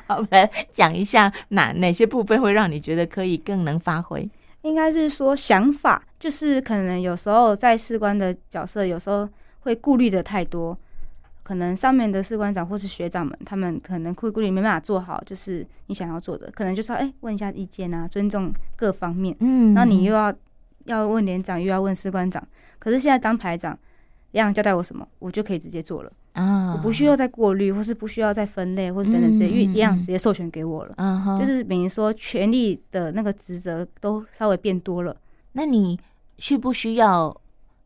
Speaker 1: 好，我们来讲一下哪哪些部分会让你觉得可以更能发挥？
Speaker 2: 应该是说想法，就是可能有时候在士官的角色，有时候会顾虑的太多，可能上面的士官长或是学长们，他们可能会顾虑没办法做好，就是你想要做的，可能就说哎、问一下意见啊，尊重各方面，
Speaker 1: 嗯，
Speaker 2: 然后你又要要问连长，又要问士官长，可是现在当排长。连长交代我什么，我就可以直接做了，
Speaker 1: 啊，
Speaker 2: 我不需要再过滤，或是不需要再分类，或是等等之类，因
Speaker 1: 嗯
Speaker 2: 为
Speaker 1: 嗯嗯
Speaker 2: 连长直接授权给我了。
Speaker 1: 嗯哼，
Speaker 2: 就是等于说权力的那个职责都稍微变多了。
Speaker 1: 那你需不需要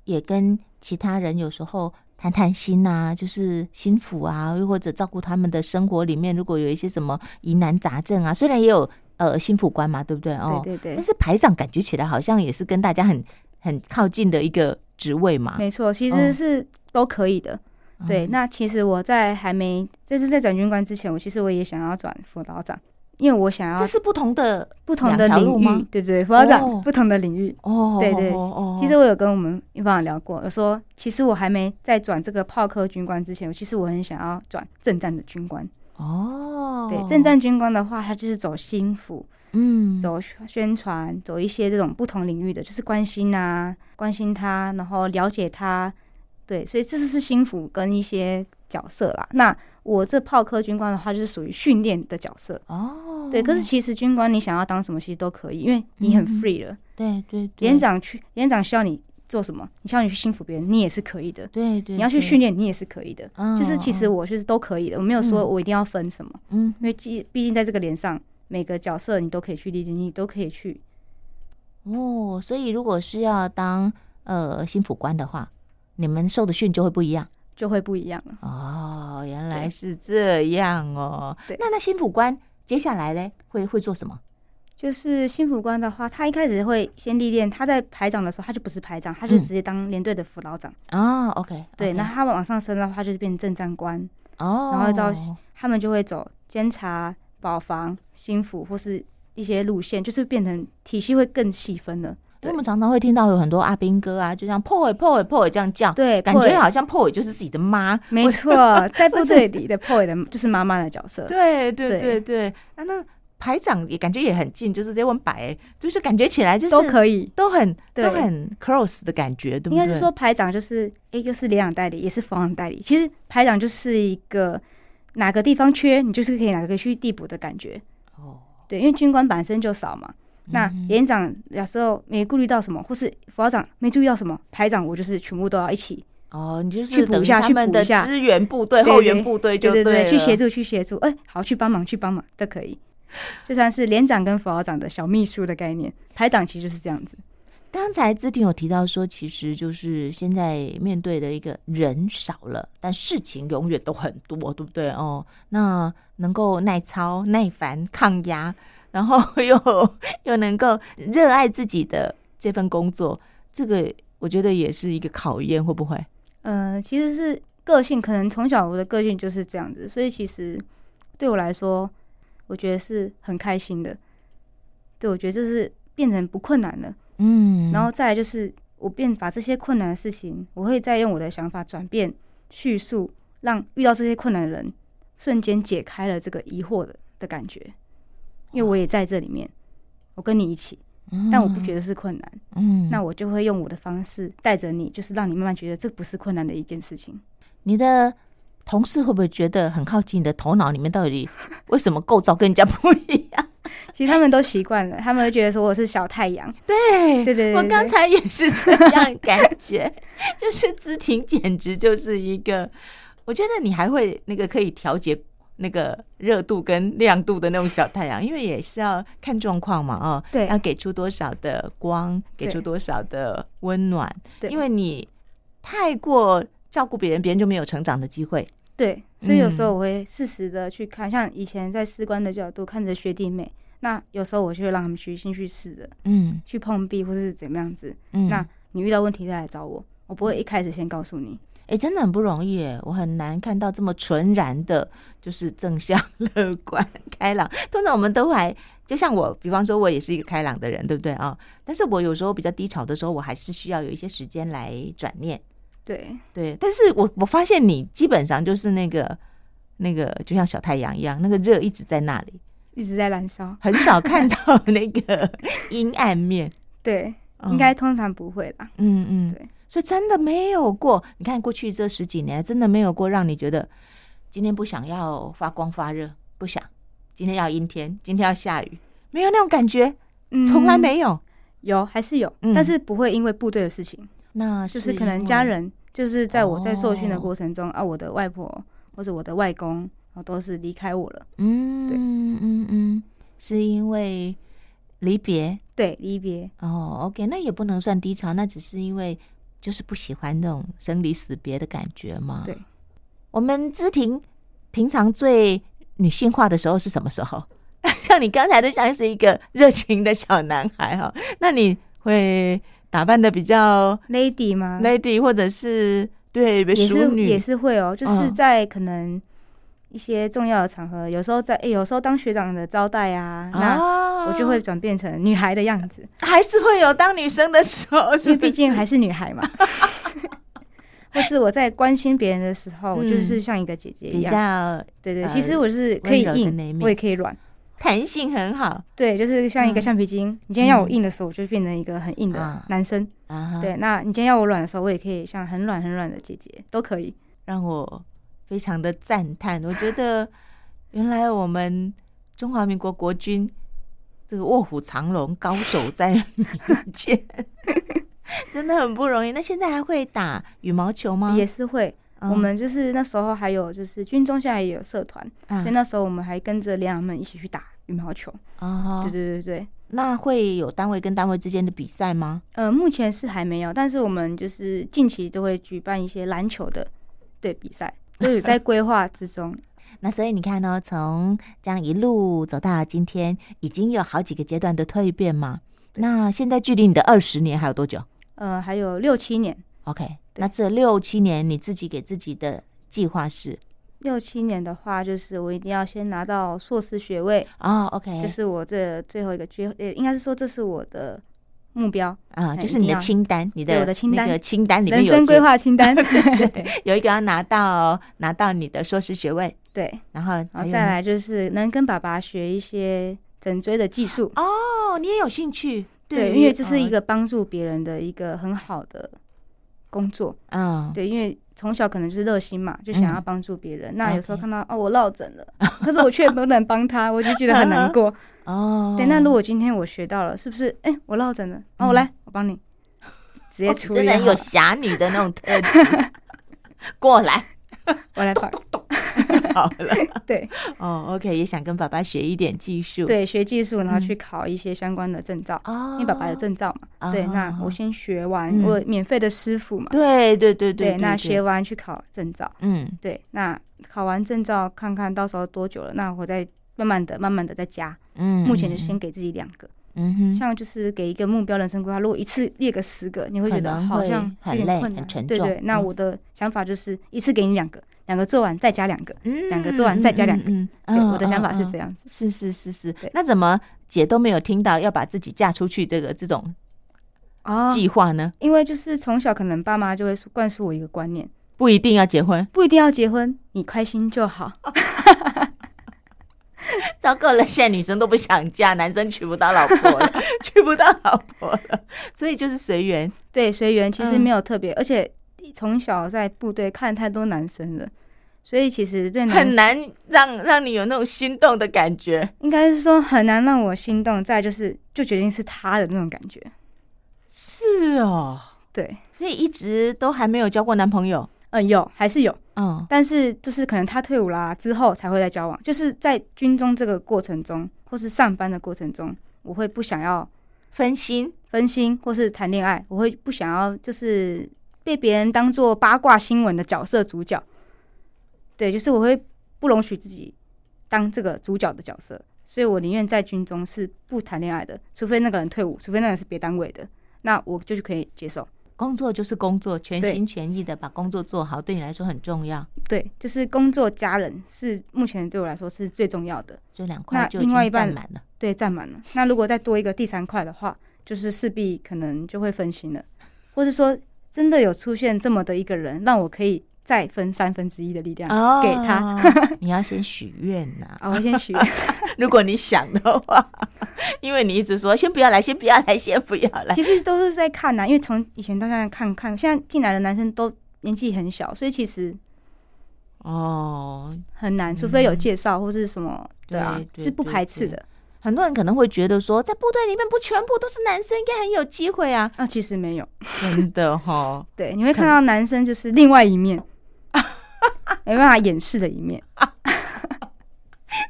Speaker 1: 也跟其他人有时候谈谈心啊，就是心腹啊，又或者照顾他们的生活里面，如果有一些什么疑难杂症啊，虽然也有呃心腹官嘛，对不对？哦，
Speaker 2: 对对
Speaker 1: 但
Speaker 2: 对，
Speaker 1: 是排长感觉起来好像也是跟大家很很靠近的一个职位嘛。
Speaker 2: 没错，其
Speaker 1: 嗯
Speaker 2: 实是都可以的。对，
Speaker 1: 嗯
Speaker 2: 那其实我在还没这次在转军官之前，我其实我也想要转辅导长，因为我想
Speaker 1: 这
Speaker 2: 要
Speaker 1: 是不同的
Speaker 2: 不同的
Speaker 1: 两条路
Speaker 2: 领
Speaker 1: 吗
Speaker 2: 域，对对，辅导
Speaker 1: 哦
Speaker 2: 长不同的领域。
Speaker 1: 哦。
Speaker 2: 对对
Speaker 1: 哦
Speaker 2: 其实我有跟我们一方聊过，我说其实我还没在转这个炮科军官之前，其实我很想要转正战的军官。
Speaker 1: 哦，
Speaker 2: 对，正战军官的话，他就是走心腹，
Speaker 1: 嗯
Speaker 2: 走宣传，走一些这种不同领域的，就是关心啊，关心他，然后了解他，对，所以这是心腹跟一些角色啦。那我这炮科军官的话，就是属于训练的角色，
Speaker 1: 哦，
Speaker 2: 对。可是其实军官你想要当什么，其实都可以，因为你很
Speaker 1: 嗯
Speaker 2: free 了。
Speaker 1: 对对对，
Speaker 2: 连长去，连长需要你做什么，你需要你去心服别人，你也是可以的。
Speaker 1: 对对，
Speaker 2: 你要去
Speaker 1: 对，
Speaker 2: 训练，你也是可以的。
Speaker 1: 嗯
Speaker 2: 就是其实我就是都可以的，我没有说
Speaker 1: 嗯
Speaker 2: 我一定要分什么。
Speaker 1: 嗯
Speaker 2: 因为毕毕竟在这个连上，每个角色你都可以去历练，你都可以去。
Speaker 1: 哦，所以如果是要当呃新辅官的话，你们受的训就会不一样
Speaker 2: 就会不一样了。
Speaker 1: 哦。原来
Speaker 2: 对
Speaker 1: 是这样哦。
Speaker 2: 对
Speaker 1: 那那新辅官接下来嘞会会做什么？
Speaker 2: 就是幸福官的话，他一开始会先历练，他在排长的时候，他就不是排长，他就
Speaker 1: 嗯
Speaker 2: 直接当连队的辅导长。
Speaker 1: 哦，OK，
Speaker 2: 对，
Speaker 1: OK
Speaker 2: 那他往上升的话，他就是变正战官，
Speaker 1: 哦，
Speaker 2: 然后到他们就会走监察、保防、心腹或是一些路线，就是变成体系会更细分了。
Speaker 1: 因为我们常常会听到有很多阿兵哥啊，就这样破尾破尾破尾这样叫，
Speaker 2: 对，
Speaker 1: 哦
Speaker 2: E，
Speaker 1: 感
Speaker 2: POE
Speaker 1: 觉好像破尾就是自己的妈。
Speaker 2: E 没错，在部队里的 POE 的就是妈妈的角色。
Speaker 1: 对对对
Speaker 2: 对
Speaker 1: 对，那那排长也感觉也很近，就是在问白，就是感觉起来就是
Speaker 2: 都可以。
Speaker 1: 都很都
Speaker 2: 对
Speaker 1: 很 close 的感觉，对不
Speaker 2: 应
Speaker 1: 对？
Speaker 2: 该是说排长就是，哎、又是领养代理，也是防养代理。其实排长就是一个哪个地方缺，你就是可以哪个区域递补的感觉。
Speaker 1: 哦，
Speaker 2: 对，因为军官本身就少嘛，那
Speaker 1: 嗯
Speaker 2: 连长有时候没顾虑到什么，或是副长没注意到什么，排长我就是全部都要一起，
Speaker 1: 哦，你就
Speaker 2: 去
Speaker 1: 是
Speaker 2: 补
Speaker 1: 等于
Speaker 2: 一下
Speaker 1: 他
Speaker 2: 去
Speaker 1: 们
Speaker 2: 补
Speaker 1: 的
Speaker 2: 一下
Speaker 1: 支援部队、
Speaker 2: 对
Speaker 1: 后
Speaker 2: 对
Speaker 1: 援部队，就
Speaker 2: 对对对，去协
Speaker 1: 助。
Speaker 2: 助去协助，哎、好去帮忙去帮忙，这可以，就算是连长跟副长的小秘书的概念，排长其实就是这样子，
Speaker 1: 刚才志婷有提到说，其实就是现在面对的一个人少了，但事情永远都很多，对不对？哦，那能够耐操、耐烦、抗压，然后又 又能够热爱自己的这份工作，这个我觉得也是一个考验，会不会？
Speaker 2: 呃，其实是个性，可能从小我的个性就是这样子，所以其实对我来说，我觉得是很开心的，对我觉得这是变成不困难了。
Speaker 1: 嗯
Speaker 2: 然后再来就是，我便把这些困难的事情，我会再用我的想法转变叙述，让遇到这些困难的人瞬间解开了这个疑惑的的感觉。因为我也在这里面，我跟你一起，但我不
Speaker 1: 得，
Speaker 2: 觉得是困难，
Speaker 1: 嗯
Speaker 2: 那我就会用我的方式带着你，就是让你慢慢觉得这不是困难的一件事情。
Speaker 1: 你的同事会不会觉得很好奇你的头脑里面到底 为什么构造跟人家不一样？
Speaker 2: 其实他们都习惯了，他们会觉得说我是小太阳，
Speaker 1: 对
Speaker 2: 对对对
Speaker 1: 我
Speaker 2: 对
Speaker 1: 刚才也是这样感觉， 就是姿婷简直就是一个，我觉得你还会那个可以调节。那个热度跟亮度的那种小太阳，因为也是要看状况嘛，哦，
Speaker 2: 对
Speaker 1: 要给出多少的光，给
Speaker 2: 对
Speaker 1: 出多少的温暖，
Speaker 2: 对
Speaker 1: 因为你太过照顾别人，别人就没有成长的机会，
Speaker 2: 对，所以有时
Speaker 1: 嗯
Speaker 2: 候我会适时的去看，像以前在士官的角度看着学弟妹，那有时候我就会让他们去先去试着
Speaker 1: 嗯
Speaker 2: 去碰壁，或是怎么样子。
Speaker 1: 嗯
Speaker 2: 那你遇到问题再来找我，我不会一开始先告诉你。
Speaker 1: 哎、真的很不容易哎，我很难看到这么纯然的，就是正向、 乐观、开朗。通常我们都还，就像我，比方说，我也是一个开朗的人，对不对啊、但是我有时候比较低潮的时候，我还是需要有一些时间来转念。
Speaker 2: 对，
Speaker 1: 对，但是我我发现你基本上就是那个那个，就像小太阳一样，那个热一直在那里，
Speaker 2: 一直在燃烧。
Speaker 1: 很少看到 那个阴暗面。
Speaker 2: 对，
Speaker 1: 嗯
Speaker 2: 应该通常不会啦。
Speaker 1: 嗯嗯，
Speaker 2: 对，
Speaker 1: 所以真的没有过。你看过去这十几年，真的没有过让你觉得今天不想要发光发热，不想今天要阴天，今天要下雨，没有那种感觉，
Speaker 2: 嗯
Speaker 1: 从来没有。
Speaker 2: 有，还是有，
Speaker 1: 嗯
Speaker 2: 但是不会因为部队的事情，
Speaker 1: 那
Speaker 2: 就是是可
Speaker 1: 因
Speaker 2: 能家
Speaker 1: 为
Speaker 2: 人，就是在我在受训的
Speaker 1: 哦
Speaker 2: 过程中、啊，我的外婆或者我的外公，然后都是离开我了。
Speaker 1: 嗯，
Speaker 2: 对
Speaker 1: 嗯嗯嗯，是因为离别
Speaker 2: 对，离别。
Speaker 1: 哦。OK，那也不能算低潮，那只是因为就是不喜欢那种生离死别的感觉嘛。
Speaker 2: 对，
Speaker 1: 我们知婷平常最女性化的时候是什么时候？ 像你刚才都像是一个热情的小男孩哈、那你会打扮的比较
Speaker 2: Lady 吗？
Speaker 1: lady，或者是对
Speaker 2: 也
Speaker 1: 淑
Speaker 2: 是
Speaker 1: 女，
Speaker 2: 也是会哦，就是
Speaker 1: 嗯
Speaker 2: 在可能一些重要的场合，有时候在、诶有时候当学长的招待啊，那
Speaker 1: 啊
Speaker 2: 我就会转变成女孩的样 子，
Speaker 1: 还是会有当女生的时候，
Speaker 2: 因
Speaker 1: 是
Speaker 2: 为
Speaker 1: 不是
Speaker 2: 毕竟还是女孩嘛。 或是我在关心别人的时候，我就
Speaker 1: 嗯
Speaker 2: 是像一个姐姐一
Speaker 1: 比
Speaker 2: 样。
Speaker 1: 较
Speaker 2: 对对，
Speaker 1: 呃
Speaker 2: 其实我是可以
Speaker 1: 温柔的那一
Speaker 2: 硬，
Speaker 1: 面
Speaker 2: 我也可以软。
Speaker 1: 弹性很好
Speaker 2: 对，就是像一个
Speaker 1: 嗯
Speaker 2: 橡皮筋。你今天要我硬的时候，我就变成一个很硬的
Speaker 1: 啊
Speaker 2: 男生。
Speaker 1: 啊哈，
Speaker 2: 对，那你今天要我软的时候，我也可以像很软很软的姐姐，都可以。
Speaker 1: 让我非常的赞叹。 我觉得原来我们中华民国国军这个卧虎藏龙，高手在民间， 真的很不容易。那现在还会打羽毛球吗？
Speaker 2: 也是会，
Speaker 1: 嗯
Speaker 2: 我们就是那时候还有就是军中现在也有社团，
Speaker 1: 啊
Speaker 2: 所以那时候我们还跟着连长们一起去打羽毛球。
Speaker 1: 啊哈，
Speaker 2: 对对对对，
Speaker 1: 那会有单位跟单位之间的比赛吗？
Speaker 2: 呃，目前是还没有，但是我们就是近期都会举办一些篮球的对 比赛，都有在规划之中。
Speaker 1: 那所以你看呢、从这样一路走到今天，已经有好几个阶段的蜕变嘛。那现在距离你的二十年还有多久？
Speaker 2: 呃，还有六七年，
Speaker 1: OK，
Speaker 2: 对
Speaker 1: 那这六七年你自己给自己的计划是
Speaker 2: 六七年的话，就是我一定要先拿到硕士学位，
Speaker 1: 哦，OK，
Speaker 2: 这是我这最后一个阶，呃，应该是说这是我的目标，
Speaker 1: 啊，
Speaker 2: 哎
Speaker 1: 就是
Speaker 2: 一定
Speaker 1: 你的
Speaker 2: 要
Speaker 1: 清单，你
Speaker 2: 对我的清
Speaker 1: 那
Speaker 2: 单
Speaker 1: 个清单里面
Speaker 2: 人
Speaker 1: 有
Speaker 2: 生
Speaker 1: 这
Speaker 2: 规划清 单。 对
Speaker 1: 有一个要拿到拿到你的硕士学位，
Speaker 2: 对，
Speaker 1: 然后
Speaker 2: 然
Speaker 1: 还
Speaker 2: 后
Speaker 1: 有
Speaker 2: 再
Speaker 1: 呢
Speaker 2: 来就是能跟爸爸学一些整椎的技术。
Speaker 1: 哦，你也有兴趣？
Speaker 2: 对，
Speaker 1: 于
Speaker 2: 因为这是一
Speaker 1: 呃
Speaker 2: 个帮助别人的一个很好的工作。
Speaker 1: 嗯，
Speaker 2: 对，因为从小可能就是热心嘛，就想要
Speaker 1: 嗯
Speaker 2: 帮助别人。那有时候
Speaker 1: OK
Speaker 2: 看到哦，我落枕了，可是我却不能帮他，我就觉得很 难过。
Speaker 1: 哦，
Speaker 2: 对，那如果今天我学到了，是不是？哎，我落枕了，哦，我
Speaker 1: 嗯
Speaker 2: 来，我 帮你直接
Speaker 1: 哦
Speaker 2: 处
Speaker 1: 真
Speaker 2: 理
Speaker 1: 的
Speaker 2: 好
Speaker 1: 很有
Speaker 2: 了，
Speaker 1: 侠女的那种特 质，过来
Speaker 2: 我来帮。
Speaker 1: 好了。
Speaker 2: 对
Speaker 1: 哦，OK，也想跟爸爸学一点技术。，
Speaker 2: 对，学技术，然后
Speaker 1: 嗯
Speaker 2: 去考一些相关的证照，
Speaker 1: 哦，
Speaker 2: 因为爸爸有证照嘛。
Speaker 1: 啊
Speaker 2: 对，那我先学完，
Speaker 1: 嗯
Speaker 2: 我有免费的师傅嘛。
Speaker 1: 对对对
Speaker 2: 对，那学
Speaker 1: 些
Speaker 2: 完去考证照。
Speaker 1: 嗯
Speaker 2: 对，那考完证照看看到时候多久了，那我再慢慢的、慢慢的再加。
Speaker 1: 嗯，
Speaker 2: 目前就
Speaker 1: 嗯
Speaker 2: 先给自己两个，
Speaker 1: 嗯哼，
Speaker 2: 像就是给一个目标人生规划，如果一次列个十个，你会觉
Speaker 1: 可
Speaker 2: 得
Speaker 1: 能
Speaker 2: 好
Speaker 1: 会
Speaker 2: 像有
Speaker 1: 很
Speaker 2: 点
Speaker 1: 累
Speaker 2: 困
Speaker 1: 很
Speaker 2: 难。
Speaker 1: 沉
Speaker 2: 对对，
Speaker 1: 重
Speaker 2: 那
Speaker 1: 嗯
Speaker 2: 我的想法就是一次给你两个，两个做完再加两个。
Speaker 1: 嗯
Speaker 2: 两个做完再加两个
Speaker 1: 嗯，嗯
Speaker 2: 对，
Speaker 1: 嗯
Speaker 2: 我的想法是这
Speaker 1: 样，
Speaker 2: 样子。
Speaker 1: 是是是是
Speaker 2: 对。
Speaker 1: 那怎么姐都没有听到要把自己嫁出去这个这种
Speaker 2: 哦
Speaker 1: 计划呢？
Speaker 2: 因为就是从小可能爸妈就会灌输我一个观念，
Speaker 1: 不一定要结婚，
Speaker 2: 不一定要结婚，你开心就好。
Speaker 1: 糟糕了，现在女生都不想嫁，男生娶不到老婆 了，娶不到老婆了，所以就是随缘。
Speaker 2: 对，随缘其实
Speaker 1: 嗯
Speaker 2: 没有特别，而且从小在部队看太多男生了，所以其实对男
Speaker 1: 很难让让你有那种心动的感觉。
Speaker 2: 应该是说很难让我心动，再就是就决定是他的那种感觉。
Speaker 1: 是哦，
Speaker 2: 对，
Speaker 1: 所以一直都还没有交过男朋友。
Speaker 2: 嗯，有还是有，
Speaker 1: 嗯
Speaker 2: 但是就是可能他退伍啦、之后才会再交往，就是在军中这个过程中，或是上班的过程中，我会不想要
Speaker 1: 分心
Speaker 2: 分心，或是谈恋爱，我会不想要就是被别人当做八卦新闻的角色主角。对，就是我会不容许自己当这个主角的角色，所以我宁愿在军中是不谈恋爱的，除非那个人退伍，除非那个人是别单位的，那我就可以接受。
Speaker 1: 工作就是工作，全
Speaker 2: 对
Speaker 1: 心全意的把工作做好，对你来说很重要。
Speaker 2: 对，就是工作、家人是目前对我来说是最重要的，
Speaker 1: 这两块
Speaker 2: 那
Speaker 1: 就已
Speaker 2: 另外
Speaker 1: 经
Speaker 2: 一半
Speaker 1: 占满了。
Speaker 2: 对，占满了。那如果再多一个第三块的话，就是势必可能就会分心了，或是说真的有出现这么的一个人，让我可以再分三分之一的力量。
Speaker 1: 哦
Speaker 2: 给
Speaker 1: 他，你要先许愿呐、
Speaker 2: 啊，我先许愿，
Speaker 1: 如果你想的话，因为你一直说先不要来，先不要来，先不要来。
Speaker 2: 其实都是在看呐、因为从以前到现在看看，现在进来的男生都年纪很小，所以其实
Speaker 1: 哦，
Speaker 2: 很难，除非有介绍或是什么，对啊，
Speaker 1: 对对
Speaker 2: 是不排斥
Speaker 1: 对
Speaker 2: 的。
Speaker 1: 很多人可能会觉得说，在部队里面不全部都是男生，应该很有机会啊。
Speaker 2: 啊，其实没有，
Speaker 1: 真的哈、哦，
Speaker 2: 对，你会看
Speaker 1: 看
Speaker 2: 到男生就是另外一面， 没办法掩饰的一面，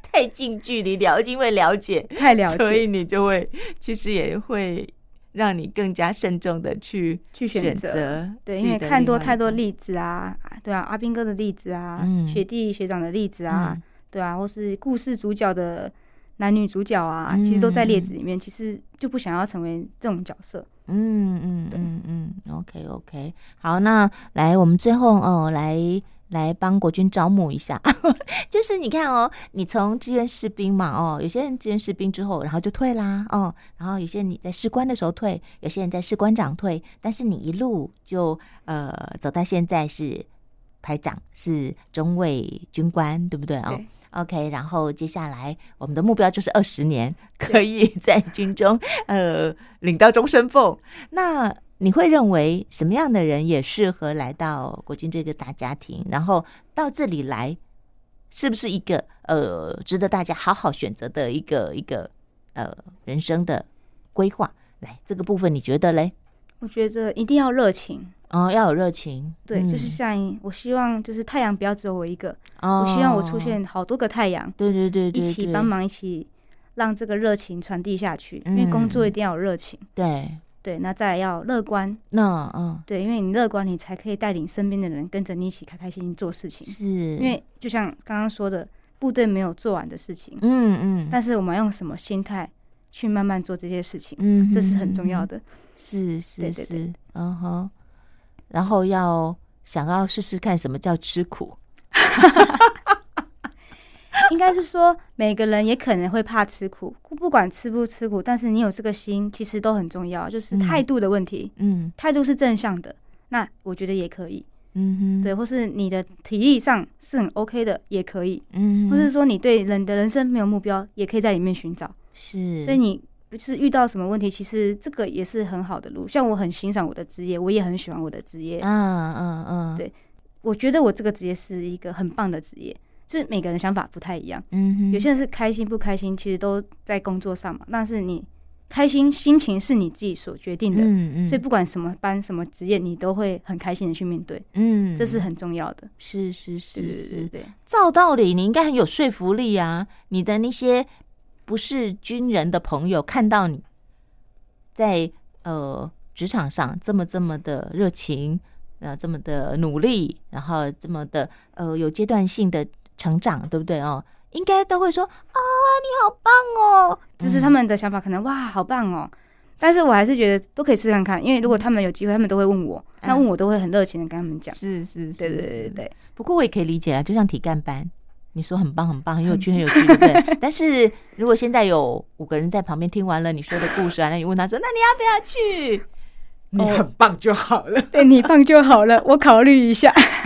Speaker 1: 太近距离了，因为了解
Speaker 2: 太了
Speaker 1: 所
Speaker 2: 解
Speaker 1: 以你就会其实也会让你更加慎重的去
Speaker 2: 去选
Speaker 1: 选
Speaker 2: 择。
Speaker 1: 择，
Speaker 2: 对，因为看多太多，例子啊，啊对啊，阿兵哥的例子啊，
Speaker 1: 嗯
Speaker 2: 学弟学长的例子啊，
Speaker 1: 嗯
Speaker 2: 对啊，或是故事主角的男女主角啊，
Speaker 1: 嗯
Speaker 2: 其实都在列子里面。其实就不想要成为这种角色。
Speaker 1: 嗯嗯
Speaker 2: 对
Speaker 1: 嗯嗯，OK OK，好，那来我们最后哦，来来帮国军招募一下， 就是你看哦，你从志愿士兵嘛，哦，有些人志愿士兵之后，然后就退啦，哦，然后有些人你在士官的时候退，有些人在士官长退，但是你一路就呃走到现在是排长，是中尉军官，对不对哦？
Speaker 2: 对
Speaker 1: OK，然后接下来我们的目标就是二十年可以在军中呃领到终身俸。那你会认为什么样的人也适合来到国军这个大家庭？然后到这里来，是不是一个呃值得大家好好选择的一个一个呃人生的规划？来，这个部分你觉得嘞？
Speaker 2: 我觉得一定要热情，
Speaker 1: 哦，要有热情，
Speaker 2: 对，
Speaker 1: 嗯
Speaker 2: 就是像我希望就是太阳不要只有我一个，
Speaker 1: 哦
Speaker 2: 我希望我出，现好多个太阳，
Speaker 1: 对对对对
Speaker 2: 一起帮，忙，一起让这个热情传递下去。因为
Speaker 1: 嗯
Speaker 2: 工作一定要有热情，
Speaker 1: 对对，
Speaker 2: 对，那再来要乐观，
Speaker 1: 那嗯
Speaker 2: 对，因为你乐观，你才可以带领身边的人跟着你一起开开心心做事情。
Speaker 1: 是，
Speaker 2: 因为就像刚刚说的，部队没有做完的事情，
Speaker 1: 嗯嗯。
Speaker 2: 但是我们要用什么心态去慢慢做这些事情，
Speaker 1: 嗯，
Speaker 2: 这是很重要
Speaker 1: 的。
Speaker 2: 的。
Speaker 1: 是是
Speaker 2: 对对对
Speaker 1: 是，嗯哼。然后要想要试试看什么叫吃苦，
Speaker 2: 应该是说，每个人也可能会怕吃苦，不管吃不吃苦，但是你有这个心，其实都很重要，就是
Speaker 1: 嗯
Speaker 2: 态度的问题，
Speaker 1: 嗯
Speaker 2: 态度是正向的。那我觉得也可以，
Speaker 1: 嗯哼，
Speaker 2: 对，或是你的体力上是很 OK 的，也可以，
Speaker 1: 嗯哼，
Speaker 2: 或是说你对人的人生没有目标，也可以在里面寻找。
Speaker 1: 是，
Speaker 2: 所以你不是遇到什么问题，其实这个也是很好的路。像我很欣赏我的职业，我也很喜欢我的职业，
Speaker 1: 嗯嗯嗯，
Speaker 2: 对我觉得我这个职业是一个很棒的职业。就是每个人想法不太一样，
Speaker 1: 嗯哼，
Speaker 2: 有些人是开心不开心，其实都在工作上嘛。但是你开心心情是你自己所决定的，
Speaker 1: 嗯嗯，
Speaker 2: 所以不管什么班、什么职业，你都会很开心的去面对，
Speaker 1: 嗯，
Speaker 2: 这是很重要的。
Speaker 1: 是是是
Speaker 2: 对对对
Speaker 1: 是，嗯
Speaker 2: 对
Speaker 1: 照道理你应该很有说服力啊，你的那些不是军人的朋友看到你在呃职场上这么这么的热情，呃这么的努力，然后这么的呃有阶段性的成长，对不对哦？应该都会说啊，你好棒哦！
Speaker 2: 这是他们的想法，可能哇，好棒哦。但是我还是觉得都可以试试看看，因为如果他们有机会，他们都会问我，
Speaker 1: 嗯
Speaker 2: 那问我都会很热情的跟他们讲。
Speaker 1: 是是是，
Speaker 2: 对对对对对，
Speaker 1: 不过我也可以理解啊，就像体干班，你说很棒很棒，很有趣很有趣，对不对？ 但是如果现在有五个人在旁边听完了你说的故事啊，那你问他说：“那你要不要去？”哦你很棒就好了。
Speaker 2: 对你放就好了，我考虑一下。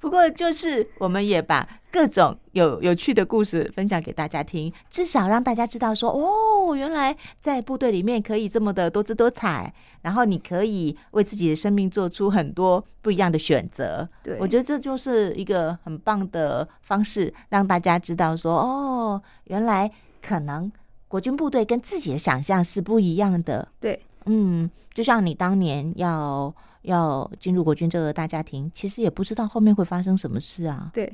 Speaker 1: 不过就是我们也把各种有有趣的故事分享给大家听，至少让大家知道说，哦，原来在部队里面可以这么的多姿多彩，然后你可以为自己的生命做出很多不一样的选择。
Speaker 2: 对，
Speaker 1: 我觉得这就是一个很棒的方式，让大家知道说，哦，原来可能国军部队跟自己的想象是不一样的。
Speaker 2: 对，
Speaker 1: 嗯，就像你当年要要进入国军这个大家庭，其实也不知道后面会发生什么事啊，
Speaker 2: 对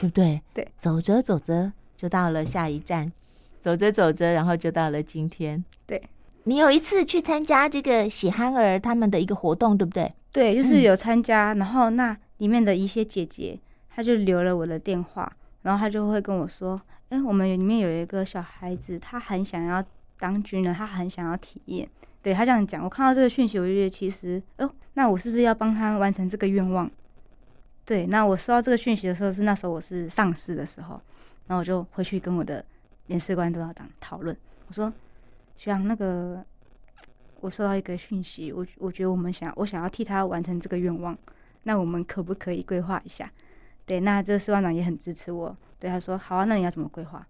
Speaker 1: 对不对？
Speaker 2: 对，
Speaker 1: 走着走着就到了下一站，走着走着，然后就到了今天。
Speaker 2: 对，
Speaker 1: 你有一次去参加这个喜憨儿他们的一个活动，对不对？
Speaker 2: 对，就
Speaker 1: 嗯
Speaker 2: 是有参加，然后那里面的一些姐姐，她就留了我的电话，然后她就会跟我说：“哎、我们里面有一个小孩子，他很想要当军人，他很想要体验。”对她这样讲，我看到这个讯息，我就觉得其实，哦，那我是不是要帮他完成这个愿望？对，那我收到这个讯息的时候，是那时候我是上司的时候，然后我就回去跟我的面试官督导长讨论，我说：“学长，那个我收到一个讯息，我我觉得我们想我想要替他完成这个愿望，那我们可不可以规划一下？对，那这个士官长也很支持我，对他说好啊，那你要怎么规划？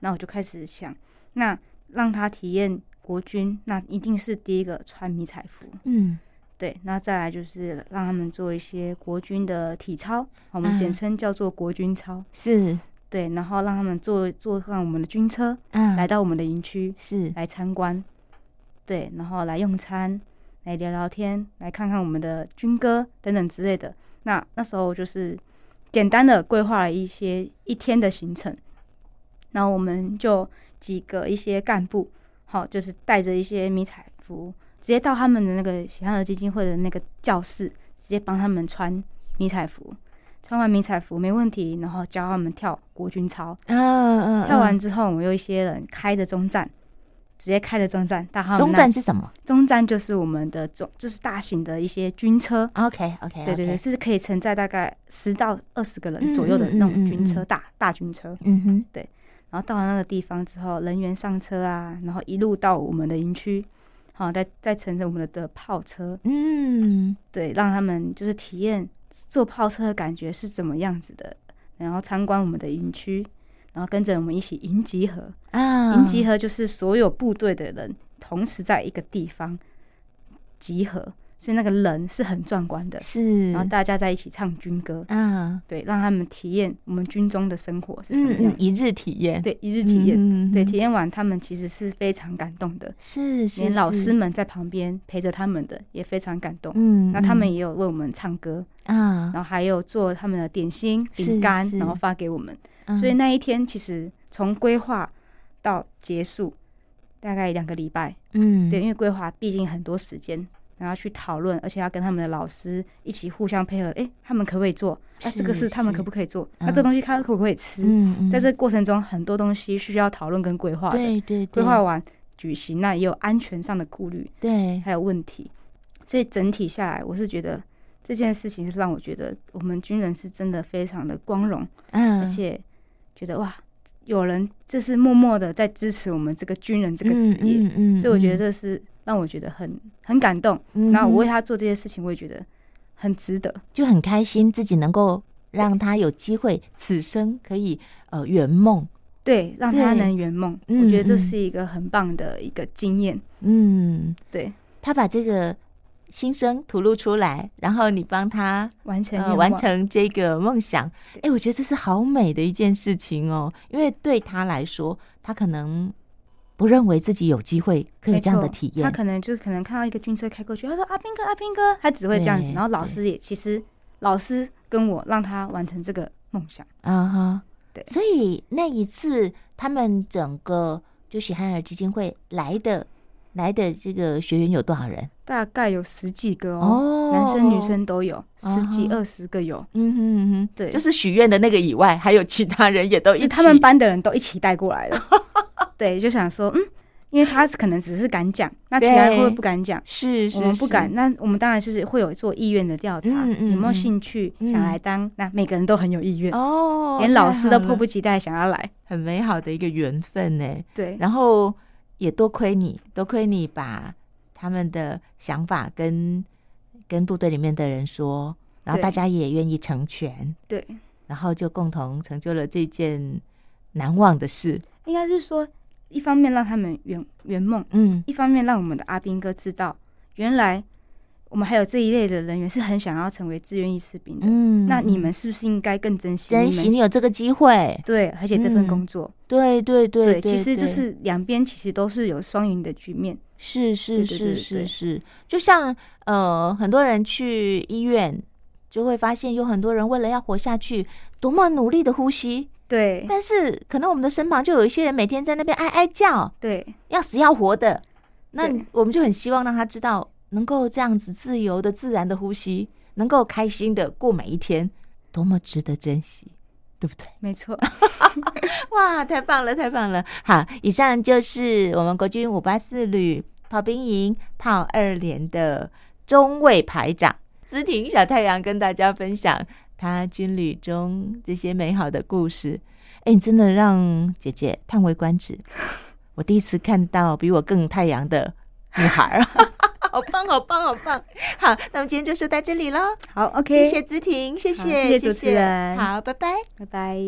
Speaker 2: 那我就开始想，那让他体验国军，那一定是第一个穿迷彩服，
Speaker 1: 嗯，
Speaker 2: 对，那再来就是让他们做一些国军的体操，我
Speaker 1: 嗯
Speaker 2: 们简称叫做国军操，
Speaker 1: 是，
Speaker 2: 对，然后让他们坐坐上我们的军车，
Speaker 1: 嗯，
Speaker 2: 来到我们的营区，
Speaker 1: 是，
Speaker 2: 来参观，对，然后来用餐，来聊聊天，来看看我们的军歌等等之类的。那那时候就是简单的规划了一些一天的行程，然后我们就几个一些干部，好，就是带着一些迷彩服，直接到他们的那个喜憨儿基金会的那个教室，直接帮他们穿迷彩服。穿完迷彩服没问题，然后教他们跳国军操，
Speaker 1: 嗯嗯，
Speaker 2: 跳完
Speaker 1: 嗯
Speaker 2: 之后，我们有一些人开着中站，直接开着中站到他们那
Speaker 1: 中站是什么
Speaker 2: 中站就是我们的中，就是大型的一些军车。
Speaker 1: ？OK OK，
Speaker 2: 对对对，，是可以承载大概十到二十个
Speaker 1: 嗯
Speaker 2: 人左右的那种军
Speaker 1: 嗯嗯
Speaker 2: 车，
Speaker 1: 嗯
Speaker 2: 大大军车。
Speaker 1: 嗯哼，
Speaker 2: 然后到了那个地方之后，人员上车啊，然后一路到我们的营区，好，再再乘着我们的的炮车，
Speaker 1: 嗯，
Speaker 2: 对，让他们就是体验坐炮车的感觉是怎么样子的，然后参观我们的营区，然后跟着我们一起营集合。
Speaker 1: 啊，
Speaker 2: 营集合就是所有部队的人同时在一个地方集合，所以那个人是很壮观的。
Speaker 1: 是，
Speaker 2: 然后大家在一起唱军歌，
Speaker 1: 啊，
Speaker 2: 对，让他们体验我们军中的生活是什
Speaker 1: 嗯
Speaker 2: 么样
Speaker 1: 嗯，。一日体验，
Speaker 2: 对，一
Speaker 1: 嗯，
Speaker 2: 日体验，
Speaker 1: 验
Speaker 2: 对，体验完他们其实是非常感动的，
Speaker 1: 是是，
Speaker 2: 连老
Speaker 1: 是
Speaker 2: 师，们在旁边陪着他们的也非常感动。
Speaker 1: 嗯，
Speaker 2: 那他们
Speaker 1: 嗯
Speaker 2: 也有为我们唱歌，
Speaker 1: 啊，
Speaker 2: 然后还有做他们的点心、
Speaker 1: 是
Speaker 2: 饼干，
Speaker 1: 是
Speaker 2: 然后发给我们。
Speaker 1: 嗯
Speaker 2: 所以那一天其实从规划到结束，大概两个礼拜。
Speaker 1: 嗯，
Speaker 2: 对，因为规划毕竟很多时间，然后去讨论，而且要跟他们的老师一起互相配合。诶，他们可不可以做？那、这个
Speaker 1: 是
Speaker 2: 是他们
Speaker 1: 是
Speaker 2: 可不可以做？那、
Speaker 1: 嗯
Speaker 2: 这东西他可不可以吃？
Speaker 1: 嗯，嗯，
Speaker 2: 在这过程中，很多东西需要讨论跟规划的。
Speaker 1: 对对
Speaker 2: 规
Speaker 1: 对
Speaker 2: 划完举行，那也有安全上的顾虑，
Speaker 1: 对，
Speaker 2: 还有问题。所以整体下来，我是觉得这件事情是让我觉得我们军人是真的非常的光荣，
Speaker 1: 嗯，
Speaker 2: 而且觉得哇，有人这是默默的在支持我们这个军人这个
Speaker 1: 嗯
Speaker 2: 职业。
Speaker 1: 嗯嗯，
Speaker 2: 所以我觉得
Speaker 1: 得，
Speaker 2: 这是让我觉得很很感动。
Speaker 1: 嗯
Speaker 2: 那我为
Speaker 1: 哼
Speaker 2: 他做这些事情，我也觉得很值得。
Speaker 1: 就很开心自己能够让他有机会，此生可以呃圆梦。
Speaker 2: 对，让他
Speaker 1: 对
Speaker 2: 能圆梦，
Speaker 1: 嗯
Speaker 2: 我觉得这
Speaker 1: 嗯
Speaker 2: 是一个很棒的一个经验。
Speaker 1: 嗯，
Speaker 2: 对，
Speaker 1: 他把这个心声吐露出来，然后你帮他
Speaker 2: 完成愿
Speaker 1: 呃
Speaker 2: 望
Speaker 1: 完成这个梦想。哎
Speaker 2: 对、
Speaker 1: 我觉得这是好美的一件事情哦，因为对他来说，他可能不认为自己有机会可以
Speaker 2: 没
Speaker 1: 有这样的
Speaker 2: 错
Speaker 1: 体
Speaker 2: 他
Speaker 1: 验。
Speaker 2: 可能就是可能看到一个军车开过去，他说阿兵哥阿兵哥，他只会这样子。
Speaker 1: 对
Speaker 2: 然后老
Speaker 1: 对
Speaker 2: 师也其实老师跟我让他完成这个梦想。
Speaker 1: 啊哈，
Speaker 2: 对
Speaker 1: 所以那一次他们整个就喜憨儿基金会来的来的这个学员有多少人？
Speaker 2: 大概有十几个哦，
Speaker 1: 哦
Speaker 2: 男生女，生都有，
Speaker 1: 啊
Speaker 2: 十几
Speaker 1: 哈
Speaker 2: 二十个有。
Speaker 1: 嗯哼嗯哼，
Speaker 2: 对
Speaker 1: 就是许愿的那个以外，还有其他人也都一起，
Speaker 2: 就他们班的人都一起带过 来了。对，就想说，嗯，因为他可能只是 敢讲，那其他人会不
Speaker 1: 对
Speaker 2: 会不敢讲？
Speaker 1: 是是
Speaker 2: 我们不
Speaker 1: 是
Speaker 2: 敢，那我们当然是会有做意愿的调查，
Speaker 1: 嗯嗯
Speaker 2: 有没有
Speaker 1: 嗯
Speaker 2: 兴趣
Speaker 1: 嗯
Speaker 2: 想来当？那每个人都很有意愿，
Speaker 1: 哦，
Speaker 2: 连老师都迫
Speaker 1: 太
Speaker 2: 不
Speaker 1: 好了
Speaker 2: 及待想要来。
Speaker 1: 很美好的一个缘分呢。
Speaker 2: 对，
Speaker 1: 然后也多亏你，多亏你把他们的想法跟跟部队里面的人说，然后
Speaker 2: 对
Speaker 1: 大家也愿意成全，
Speaker 2: 对，
Speaker 1: 然后就共同成就了这件难忘的事。
Speaker 2: 应该是说，一方面让他们圆圆梦，
Speaker 1: 嗯，
Speaker 2: 一方面让我们的阿兵哥知道，原来我们还有这一类的人员是很想要成为志愿役士兵的。
Speaker 1: 嗯，
Speaker 2: 那你们是不是应该更珍惜
Speaker 1: 珍
Speaker 2: 你
Speaker 1: 惜
Speaker 2: 们
Speaker 1: 你有这个机会，
Speaker 2: 对，而且这份
Speaker 1: 嗯
Speaker 2: 工作，
Speaker 1: 对对对
Speaker 2: 对，其实就是两边其实都是有双赢的局面。
Speaker 1: 是是
Speaker 2: 对对
Speaker 1: 是
Speaker 2: 对
Speaker 1: 是
Speaker 2: 对
Speaker 1: 是，就像呃，很多人去医院。就会发现有很多人为了要活下去，多么努力的呼吸，
Speaker 2: 对
Speaker 1: 但是可能我们的身旁就有一些人每天在那边哀哀叫，
Speaker 2: 对
Speaker 1: 要死要活的，那
Speaker 2: 对
Speaker 1: 我们就很希望让他知道，能够这样子自由的、自然的呼吸，能够开心的过每一天，多么值得珍惜，对不对？
Speaker 2: 没错，
Speaker 1: 哇，太棒了，太棒了！好，以上就是我们国军五八四旅炮兵营炮二连的中尉排长资婷小太阳跟大家分享他军旅中这些美好的故事。哎，你真的让姐姐叹为观 止，我第一次看到比我更太阳的女孩儿， 好棒，好棒，好棒！好，那么今天就说到这里喽
Speaker 2: 好，OK，
Speaker 1: 谢谢资婷，谢
Speaker 2: 好
Speaker 1: 谢，
Speaker 2: 谢谢主持人
Speaker 1: 好，拜拜。
Speaker 2: 拜拜。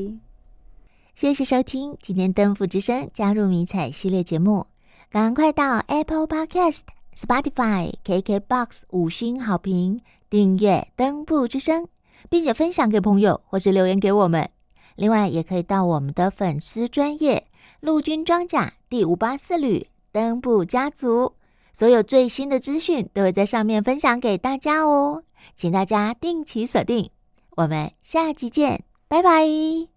Speaker 1: 谢谢收听今天登福之声加入迷彩系列节目，赶快到 Apple Podcast、Spotify、KKBox 五星好评订阅登福之声，并且分享给朋友或是留言给我们。另外，也可以到我们的粉丝专业陆军装甲第五八四旅登部家族，所有最新的资讯都会在上面分享给大家哦，请大家定期锁定。我们下期见，拜拜。